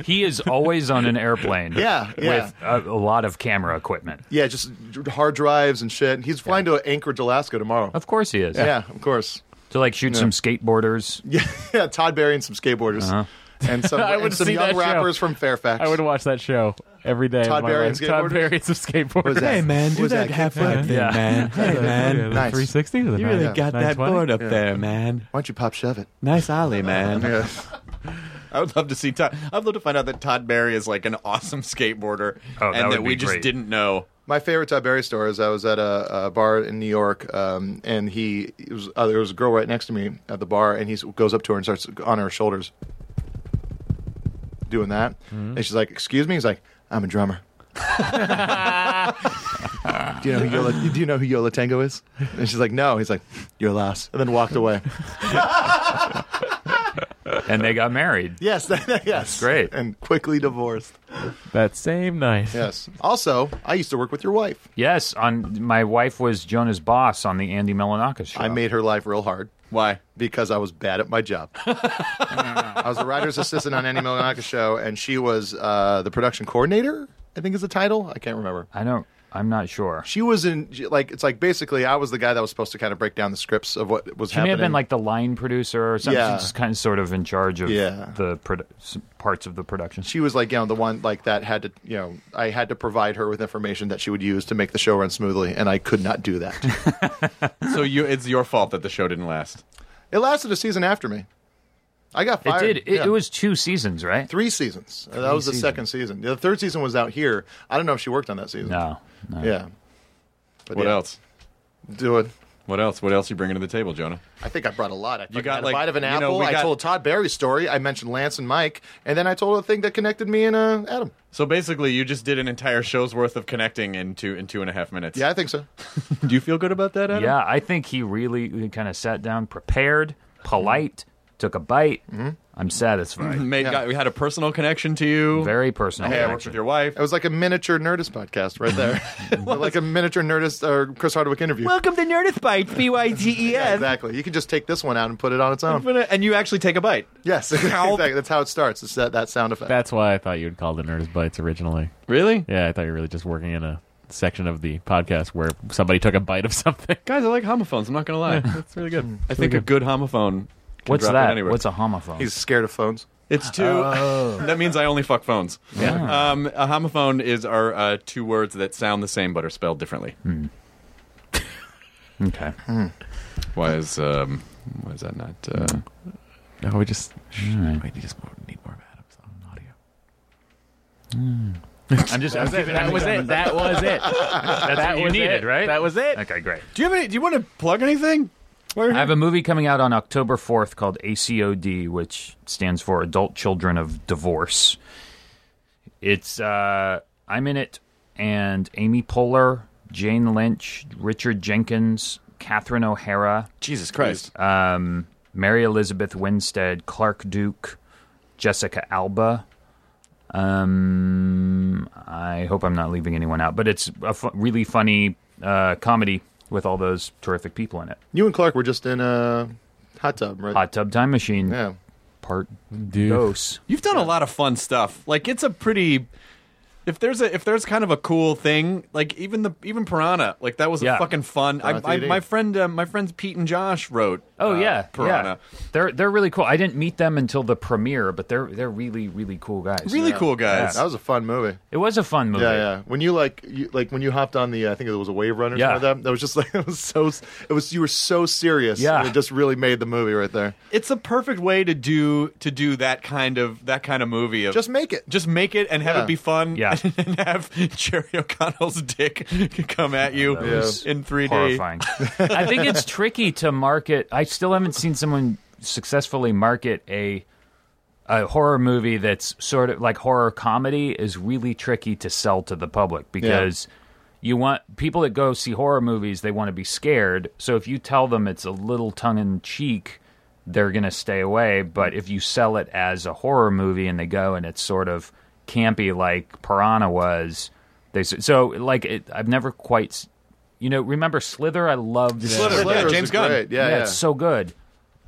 He is always on an airplane.
*laughs* Yeah, yeah.
With a, a lot of camera equipment.
Yeah, just hard drives and shit. He's flying to Anchorage, Alaska tomorrow.
Of course he is.
yeah. of course.
To like shoot some skateboarders.
Yeah, *laughs* yeah, Todd Barry and some skateboarders. And
*laughs*
some,
Uh-huh. I
and
would
some
see that
young
show.
rappers from Fairfax.
I would watch that show every day.
Todd
of my
Barry
life.
and
Todd
skateboarders?
Barry and some skateboarders. *laughs*
What is that?
man,
do What was that that? half Yeah.
thing, *laughs* man. Hey
Yeah, the
Nice.
360. You
really got
that board
up there, man.
Why don't you pop shove it?
Nice alley, man.
Yeah.
I would love to see Todd. I'd love to find out that Todd Barry is like an awesome skateboarder,
Oh, that
and
would
that we
be
just
great.
didn't know.
My favorite Todd Barry story is I was at a, a bar in New York, um, and he it was uh, there was a girl right next to me at the bar, and he goes up to her and starts on her
Mm-hmm. *laughs*
shoulders doing that, and she's like, "Excuse me," he's like, "I'm a drummer." Do you know who Yola, do you know who Yola Tango is? And she's like, no. He's like, you're lost. And then walked away.
and they got married.
Yes, *laughs* yes.
great.
And quickly divorced.
That same night.
Yes. Also, I used to work with your wife.
Yes, on my wife was Jonah's boss on the Andy Melanakis show.
I made her life real hard
Why?
because I was bad at my
*laughs*
job. I was a writer's assistant on Andy Milanaka's show, and she was uh, the production coordinator, I think is the title. I can't remember.
I don't. I'm not sure.
She was in, like, it's like basically I was the guy that was supposed to kind of break down the scripts of what was
She may
happening.
have been like the line producer or something.
Yeah.
She's just kind of sort of in charge of
Yeah.
the produ- s- parts of the production.
she was like you know the one like that had to you know I had to provide her with information that she would use to make the show run smoothly, and I could not do that.
So you it's your fault that the show didn't last.
it lasted a season after me. I got
It
fired.
did. It,
Yeah.
it was two seasons, right?
three seasons. that was the second season. The third season was out here. I don't know if she worked on that season.
No. no.
Yeah. But
What
yeah,
else?
Do it.
What else? What else you bringing to the table, Jonah?
I think I brought a lot. I fucking
got,
had
like,
a bite of an
you know,
apple.
we got-
I told Todd Barry's story. I mentioned Lance and Mike, and then I told a thing that connected me and uh, Adam.
So basically, you just did an entire show's worth of connecting in two in two and a half minutes.
Yeah, I think so.
Do you feel good about that, Adam?
Yeah, I think he really kind of sat down, prepared, polite, took a bite.
Mm-hmm.
I'm satisfied.
Made, Got, we had a personal connection to you.
Very personal.
Hey, I worked
connection.
with your wife.
It was like a miniature Nerdist podcast right there. *laughs* like a miniature Nerdist or Chris Hardwick interview.
Welcome to Nerdist Bites, B Y G E
Yeah, exactly. You can just take this one out and *laughs* put it on its own.
And you actually take a bite.
Yes, *laughs* exactly. That's how it starts. It's that, that sound effect.
That's why I thought you would call the Nerdist Bites originally.
Really?
Yeah, I thought you were really just working in a section of the podcast where somebody took a bite of something.
Guys, I like homophones. I'm not gonna lie.
That's really good.
I think a good homophone. Can
What's
drop in
that?
anywhere.
What's a homophone?
He's scared of phones.
It's two. *laughs* that means I only fuck phones. Yeah. Um, a homophone is are uh, two words that sound the same but are spelled differently. Hmm.
okay.
Why is um, why is that not? Uh, Hmm.
No, we just wait. You just need more of Adam's on audio.
I'm just. I'm giving- I'm giving-
That was it.
That's
That
what you
was
needed,
it.
right?
That was it.
Okay, great.
do you have any? Do you want to plug anything?
I have a movie coming out on October 4th called ACOD, which stands for Adult Children of Divorce. It's uh, I'm in it, and Amy Poehler, Jane Lynch, Richard Jenkins, Catherine O'Hara,
Jesus Christ!
um, Mary Elizabeth Winstead, Clark Duke, Jessica Alba. Um, I hope I'm not leaving anyone out, but it's a fu- really funny uh, comedy with all those terrific people in it.
You and Clark were just in a hot tub, right?
Hot Tub Time Machine
Yeah.
part
Dude.
dose.
You've done a lot of fun stuff. Like it's a pretty. If there's a if there's kind of a cool thing, like even the even Piranha, like that was
Yeah.
a fucking fun. I,
Piranha
I,
3D.
my friend uh, my friends Pete and Josh wrote.
Oh
uh,
yeah,
Piranha.
yeah. They're they're really cool. I didn't meet them until the premiere, but they're they're really really cool guys.
Really cool guys.
That was a fun movie.
It was a fun movie.
Yeah, yeah. When you like, you, like when you hopped on the, uh, I think it was a wave runner.
Yeah.
Yeah. That, that was just *laughs* like it was so. It was you were so serious.
Yeah.
and it just really made the movie right there.
It's a perfect way to do to do that kind of that kind of movie of
Just make it.
just make it and have
Yeah.
it be fun. *laughs*
Yeah.
and have Jerry O'Connell's dick *laughs* come at you
That was
in 3D. *laughs*
Horrifying. I think it's tricky to market. I still haven't seen someone successfully market a a horror movie that's sort of like horror comedy is really tricky to sell to the public because you want people that go see horror movies they want to be scared. So if you tell them it's a little tongue in cheek, they're going to stay away, but if you sell it as a horror movie and they go and it's sort of campy like Piranha was, they s- so like it, I've never quite s- you know, remember Slither? I loved
Slither, yeah,
was
James Gunn.
Great. Yeah,
yeah,
yeah.
it's so good.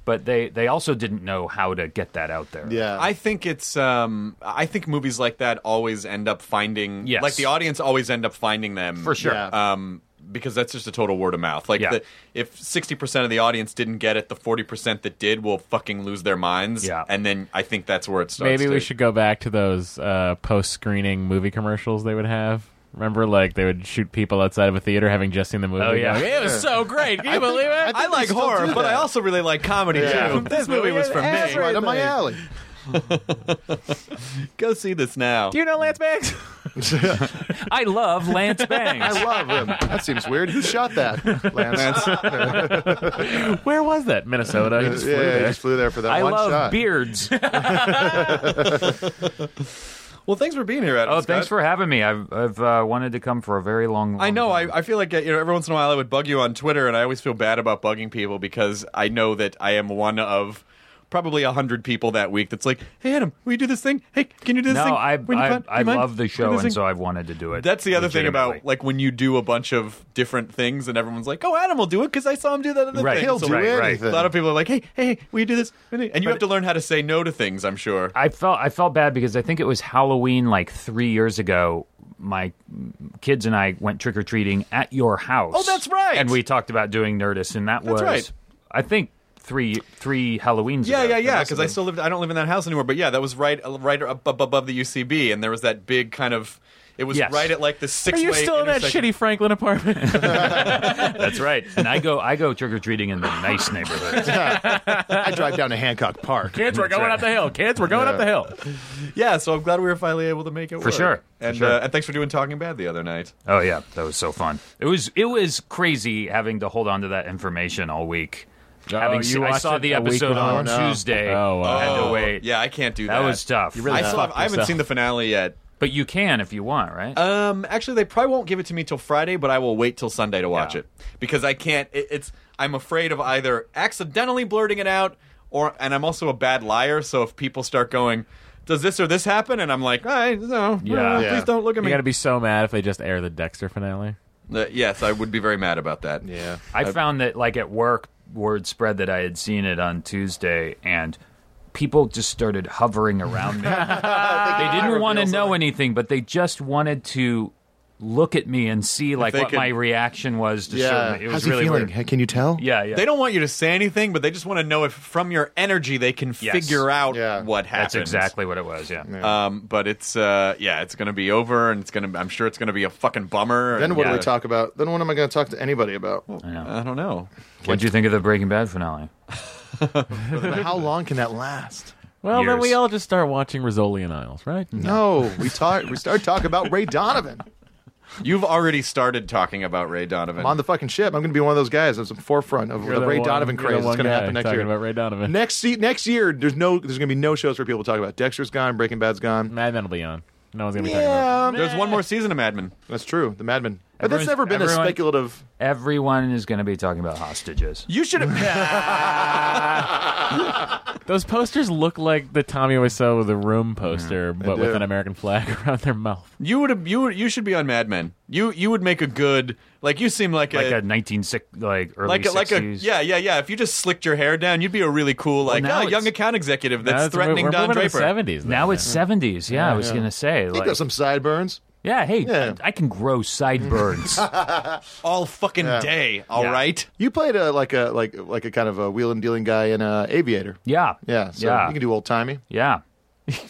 But they they also didn't know how to get that out there.
yeah.
I think it's um I think movies like that always end up finding
Yes.
like the audience always end up finding them
for sure.
Yeah.
Um because that's just a total word of mouth. Like
Yeah.
the, if 60% of the audience didn't get it, the 40% that did will fucking lose their minds
Yeah.
and then I think that's where it starts.
Maybe we
to-
should go back to those uh, post-screening movie commercials they would have. Remember, like they would shoot people outside of a theater having just seen the movie.
Oh, yeah.
going, it was so great. Can you believe
I,
it?
like horror, but I also really like comedy too. This movie was for
That's right
me.
up my alley.
Go see this now.
Do you know Lance Banks? *laughs*
I love Lance Bangs.
I love him. That seems weird. Who shot that, Lance? Uh,
Where was that? Minnesota. He just
yeah,
flew
he
there.
just flew there for that
I
one
love
shot.
beards.
Well, thanks for being here, Adam.
Oh, thanks
Scott.
for having me. I've I've uh, wanted to come for a very long. long
I know. I, I feel like uh, you know every once in a while I would bug you on Twitter, and I always feel bad about bugging people because I know that I am one of probably a hundred people that week that's like, "Hey, Adam, will you do this thing? Hey, can you do this
no,
thing?
I
When you
I,
plan-
I
you mind?
love
Can
the
you do
show,
this
and
thing?"
so I've wanted to do it.
That's the other thing about
legitimately.
like when you do a bunch of different things and everyone's like, "Oh, Adam will do it because I saw him do that other
Right.
thing."
He'll
So,
do
like,
right.
anything.
A lot of people are like, "Hey, hey, hey, will you do this?" And you have to learn how to say no to things. I'm sure.
I felt I felt bad because I think it was Halloween like three years ago. My kids and I went trick or treating at your house.
Oh, that's right.
And we talked about doing Nerdist, and that
That's
was
right.
I think three three Halloweens.
Yeah,
ago.
yeah, yeah.
That
Because I
must
still lived. I don't live in that house anymore. But yeah, that was right, uh, right up ab- above the UCB, and there was that big kind of. It was
Yes.
right at like the six.
Are you still in that shitty Franklin apartment?
have- *laughs* that's right. And I go I go trick or treating in the nice
*laughs*
neighborhoods.
I drive down to Hancock Park.
Kids, we're going up the hill. Kids, we're going up the hill.
Yeah, so I'm glad we were finally able to make it
For
work.
sure. For
And
sure.
Uh, and thanks for doing talking bad the other night.
Oh yeah, that was so fun. It was it was crazy having to hold on to that information all week.
Oh,
having
you
se- I
watched
saw
it
the
a week
episode
before?
on
Oh, no.
Tuesday.
Oh, wow.
I had to
Oh,
wait.
Yeah, I can't do
That
that.
was tough.
I still have, I haven't
yourself.
seen the finale yet.
But you can if you want, right?
Uh,
Um, actually, they probably won't give it to me till Friday, but I will wait till Sunday to watch
Yeah.
it because I can't. It, it's I'm afraid of either accidentally blurting it out, or and I'm also a bad liar. So if people start going, "Does this or this happen?" and I'm like, "I no,
Yeah.
uh,
Yeah.
please don't look at
You
me."
got to be so mad if they just air the Dexter finale.
Uh, yes, I would be very mad about that.
Yeah.
I found that like at work, word spread that I had seen it on Tuesday, and people just started hovering around
*laughs*
me. they didn't want to know anything, but they just wanted to look at me and see like
they
what
could-
my reaction was. To
Yeah.
certain, it was
How's
really
he feeling?
weird.
Hey, Can you tell?
Yeah, yeah.
They don't want you to say anything, but they just want to know if from your energy they can
Yes.
figure out
Yeah.
what happened.
That's exactly what it was. Yeah.
Um, but it's uh, yeah, it's gonna be over, and it's gonna. I'm sure it's gonna be a fucking bummer.
Then
and,
what do
uh,
we talk about? Then what am I going to talk to anybody about?
I don't know.
What'd you think of the Breaking Bad finale?
But how long can that last?
Well, then
Years.
we all just start watching Rizzoli and Isles, right?
*laughs* No, we talk. We start talking about Ray Donovan.
You've already started talking about Ray Donovan.
I'm on the fucking ship. I'm going to be one of those guys that's at the forefront of
You're
the,
the
Ray
one-
Donovan
you're the
craze. It's
one
going to
guy
happen next
talking
year.
about Ray Donovan.
Next se- next year, there's no, there's going to be no shows for people to talk about. Dexter's gone. Breaking Bad's gone.
Mad Men will be on. No one's gonna be Mm, talking about.
Yeah,
There's one more season of Mad Men.
that's true. The Mad Men, but
Everyone's-
that's never been
everyone-
a speculative.
Everyone is going to be talking about hostages.
You
*laughs*
should have.
it. Those posters look like the Tommy Wiseau with the Room poster, but with
do.
an American flag *laughs* around their mouth.
*laughs* you would have. You would- you should be on Mad Men. You you would make a good like. You seem like,
Like
a.
a 19 six- like early
like a,
60s.
like a yeah yeah yeah. If you just slicked your hair down, you'd be a really cool like
now
ah,
it's-
young account executive that's
Now it's-
threatening
we're, we're
Don
moving to
Draper.
the 70s. though,
Now
man.
it's 70s. Yeah, I was going to say
You
like
got some sideburns.
Yeah, hey,
Yeah.
I can
*laughs*
grow sideburns.
All fucking day. All right.
Yeah.
You played a like a like like a kind of a wheel and dealing guy in uh, Aviator.
yeah.
Yeah, so
yeah.
you can do old timey.
yeah.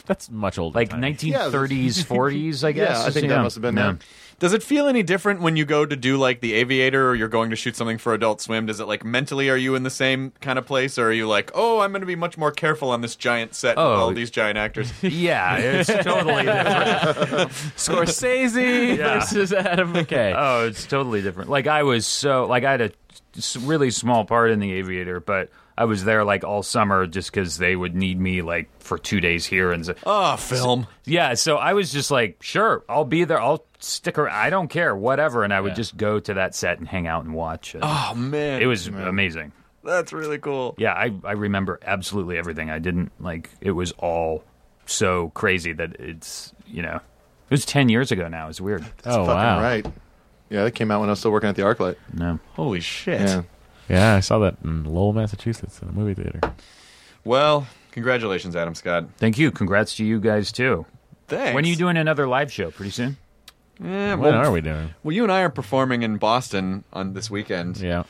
that's much older.
Like
Tommy.
1930s, 40s, I
*laughs*
guess.
Yeah, I think
Yeah.
that must have been
Yeah.
there.
Does it feel any different when you go to do like the aviator or you're going to shoot something for Adult Swim? Does it like mentally are you in the same kind of place or are you like, oh, I'm going to be much more careful on this giant set
Oh.
with all these giant actors? *laughs*
Yeah, it's totally different. *laughs*
Scorsese
Yeah.
versus Adam McKay.
Oh, it's totally different. Like I was so like I had a s- really small part in the Aviator, but I was there like all summer just because they would need me like for two days here and so,
oh, film.
yeah. So I was just like, sure, I'll be there. I'll stick around. I don't care, whatever. And I would just go to that set and hang out and watch. And
Oh man,
it was amazing.
that's really cool.
yeah I, I remember absolutely everything i didn't like it was all so crazy that it's you know it was 10 years ago now it's weird
oh
Fucking
wow!
right. Yeah, that came out when I was still working at the
*laughs*
ArcLight.
no
Holy shit.
Yeah.
Yeah, I saw that in Lowell, Massachusetts, in a movie theater.
Well, congratulations, Adam Scott.
thank you congrats to you guys too
Thanks.
when are you doing another live show pretty soon
Eh,
What
well,
are we doing?
well, you and I are performing in Boston on this weekend.
Yeah.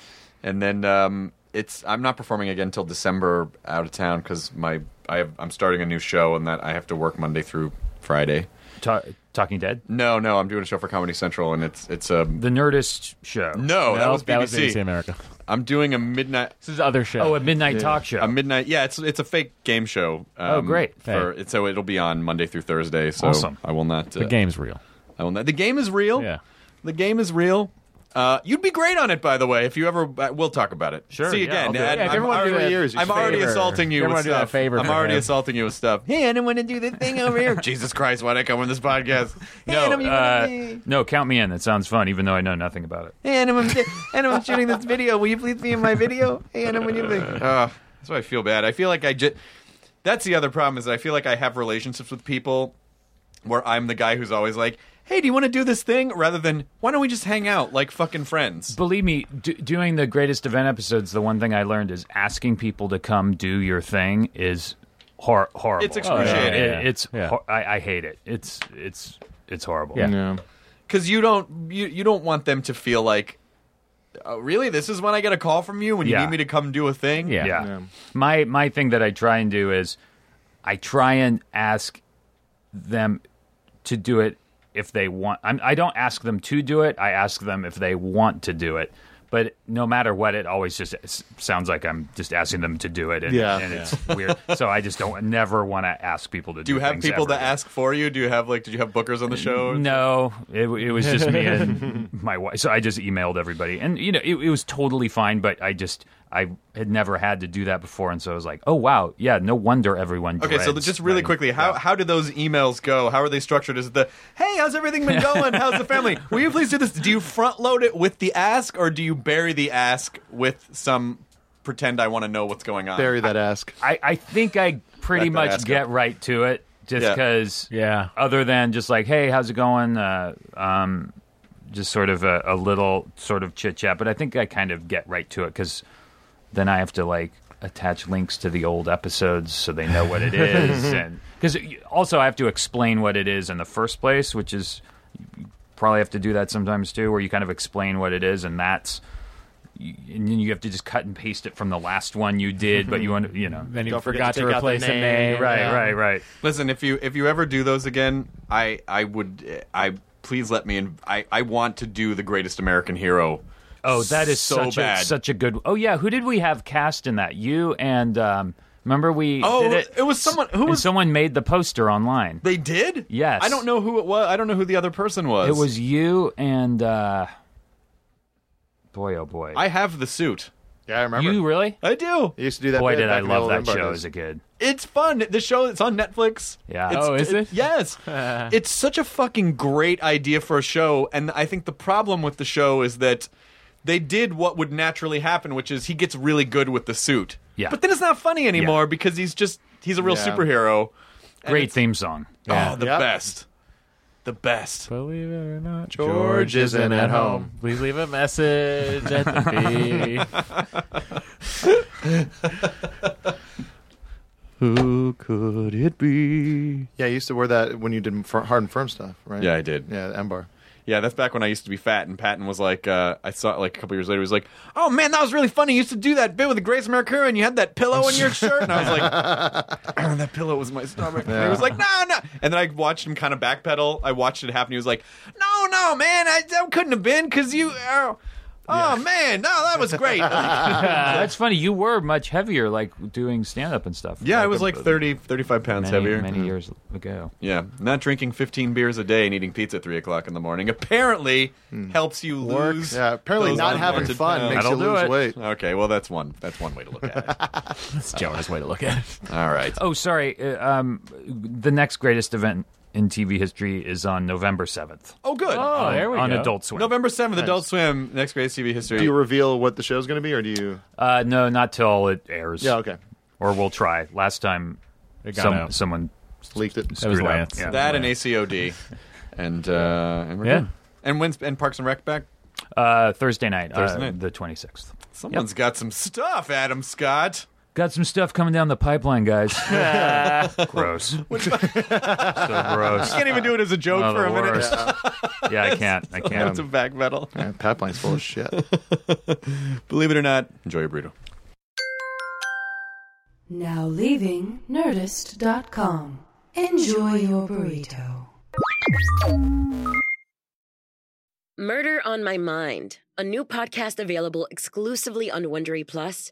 and then um, it's I'm not performing again until December out of town because my I have, I'm starting a new show and that I have to work Monday through Friday.
Ta- talking dead
No, no, I'm doing a show for Comedy Central and it's it's a
the nerdist show
no, oh, that
No,
was BBC.
America.
I'm doing a midnight.
This is other show.
oh a midnight talk show
A midnight, yeah, it's it's a fake game show. um,
Oh, great.
For, it- So it'll be on Monday through Thursday. So
Awesome.
I will not. Uh,
the game's real.
I will not. The game is real.
Yeah.
The game is real. Uh, you'd be great on it, by the way. If you ever, uh, we'll talk about it.
Sure,
See you
yeah, I'll
again.
do
Ed,
it. Yeah,
I'm,
everyone do
already,
that- yours, your
I'm already
favor.
assaulting you
Everyone
with
do that
stuff.
favor
I'm
for
already
him.
assaulting you with stuff. Hey, I didn't want to do the thing over
*laughs*
here. Jesus Christ, why'd I come on this podcast?
No,
and I'm,
uh, no, count me in. That sounds fun, even though I know nothing about it.
hey, and I'm, and I'm shooting this video. Will you please be in my video? Hey, and I'm when you think. Uh, that's why I feel bad. I feel like I just. That's the other problem is that I feel like I have relationships with people where I'm the guy who's always like, "Hey, do you want to do this thing?" Rather than, "Why don't we just hang out like fucking friends?"
Believe me, do, doing the greatest event episodes, the one thing I learned is asking people to come do your thing is hor- horrible. Oh,
It's excruciating.
It- it's
Yeah.
hor- I, I hate it. It's it's it's horrible.
Yeah.
because you don't you, you don't want them to feel like oh, really this is when i get a call from you when you
Yeah.
need me to come do a thing
Yeah.
yeah. My my thing that I try and do is I try and ask them to do it if they want. I'm, I don't ask them to do it. I ask them if they want to do it. But no matter what, it always just s- sounds like I'm just asking them to do it, and,
Yeah.
and it's weird. So I just don't never want to ask people to.
do you have people that ask for you do you have like did you have bookers on the show
No, it, it was just
*laughs*
me and my wife. So I just emailed everybody, and you know, it, it was totally fine. But I just I had never had to do that before, and so I was like, oh wow, yeah, no wonder everyone.
okay so
dreads
just really
writing-
quickly how how did those emails go how are they structured is it the hey how's everything been going how's the
*laughs*
family will you please do this do you front load it with the ask or do you bury the ask with some pretend i want to know what's going on
Bury that ask.
I, I think I pretty
Back that ass
much
up.
get right to it, just
Yeah.
because.
Yeah.
Other than just like, hey, how's it going? Uh, um, just sort of a, a little sort of chit chat, but I think I kind of get right to it because then I have to like attach links to the old episodes so they know what it is, and because also I have to explain what it is in the first place, which is probably have to do that sometimes too, where you kind of explain what it is, and that's. And then you have to just cut and paste it from the last one you did,
*laughs*
but you want you know
Then you
Don't forget
forgot
to
to,
take out the
replace
name,
a name.
Right,
Yeah.
right, right.
Listen, if you if you ever do those again, I I would I please let me in. I I want to do the Greatest American Hero.
Oh, that is
so
such
bad.
a such a good. Oh yeah, who did we have cast in that? You and um, remember we?
Oh,
did it,
it was someone- who
and
was-
someone made the poster online.
they did.
Yes.
I don't know who it was. I don't know who the other person was.
It was you and uh, boy, oh boy,
I have the suit.
Yeah, I remember.
you really?
I do.
I used to do that.
Boy,
bit
did
back
I
in the
love
old
that
Lombard
show
days.
as a kid.
It's fun. The show. It's on Netflix.
Yeah.
It's,
Oh, is it?
Yes. it's such a fucking great idea for a show, and I think the problem with the show is that they did what would naturally happen, which is he gets really good with the suit.
Yeah.
But then it's not funny anymore because he's just he's a real
Yeah.
superhero. and
Great
it's-
theme song.
Oh, the
Yep.
best. The best.
Believe it or not,
George isn't at home.
Please leave a message at
*laughs*
the beep.
Who could it be? Yeah, you used to wear that when you did fir- hard and firm stuff, right?
Yeah, I did.
Yeah, the M bar.
Yeah, that's back when I used to be fat, and Patton was like, uh, I saw it like a couple years later. He was like, "Oh man, that was really funny. You used to do that bit with the Grace Mercura, and you had that pillow in your shirt." And I was like,
*laughs*
"Oh, "That pillow was my stomach." And he was like, "No, no." And then I watched him kind of backpedal. I watched it happen. He was like, "No, no, man, I, that couldn't have been because you." Oh, oh man, no, that was
*laughs*
great. Like,
That's funny. You were much heavier, like doing stand up and stuff.
yeah, I was
a-
like 30, 35 pounds
many,
heavier.
many years ago.
Yeah, not drinking 15 beers a day and eating pizza at 3 o'clock in the morning apparently helps you
Work.
lose.
Hmm. Yeah, apparently
those
not having
unwanted
fun
pounds.
makes you
That'll do
lose
it.
weight.
Okay, well that's one that's one way to look at
That's Jonah's way to look at it.
it. All right.
Oh, sorry. Uh, um, the next greatest event in TV history is on November seventh
Oh, good.
Oh, there we
on
go.
Adult Swim.
November 7th, Adult Swim, next greatest TV history.
Do you reveal what the show's going to be, or do you?
Uh, no, not till it airs.
Yeah, okay.
Or we'll try. Last time,
It got
some-
out.
someone
Leaked it.
That was
screwed up.
Lance.
Yeah.
that and ACOD. and uh and we're
Yeah.
good. And when's and Parks and Rec back?
uh, Thursday night,
Thursday
uh,
night.
the twenty sixth.
Someone's got some stuff, Adam Scott.
Got some stuff coming down the
*laughs*
pipeline, guys. gross. so *laughs* gross.
Can't even do it as a joke
Oh,
for
the
a minute.
worst. Yeah, I can't.
*laughs*
I
That's
can't.
a back metal.
*laughs* Man, pipeline's full of shit.
Believe it or not, enjoy your burrito.
Now leaving Nerdist.com. Enjoy your burrito.
Murder on My Mind, a new podcast available exclusively on Wondery Plus,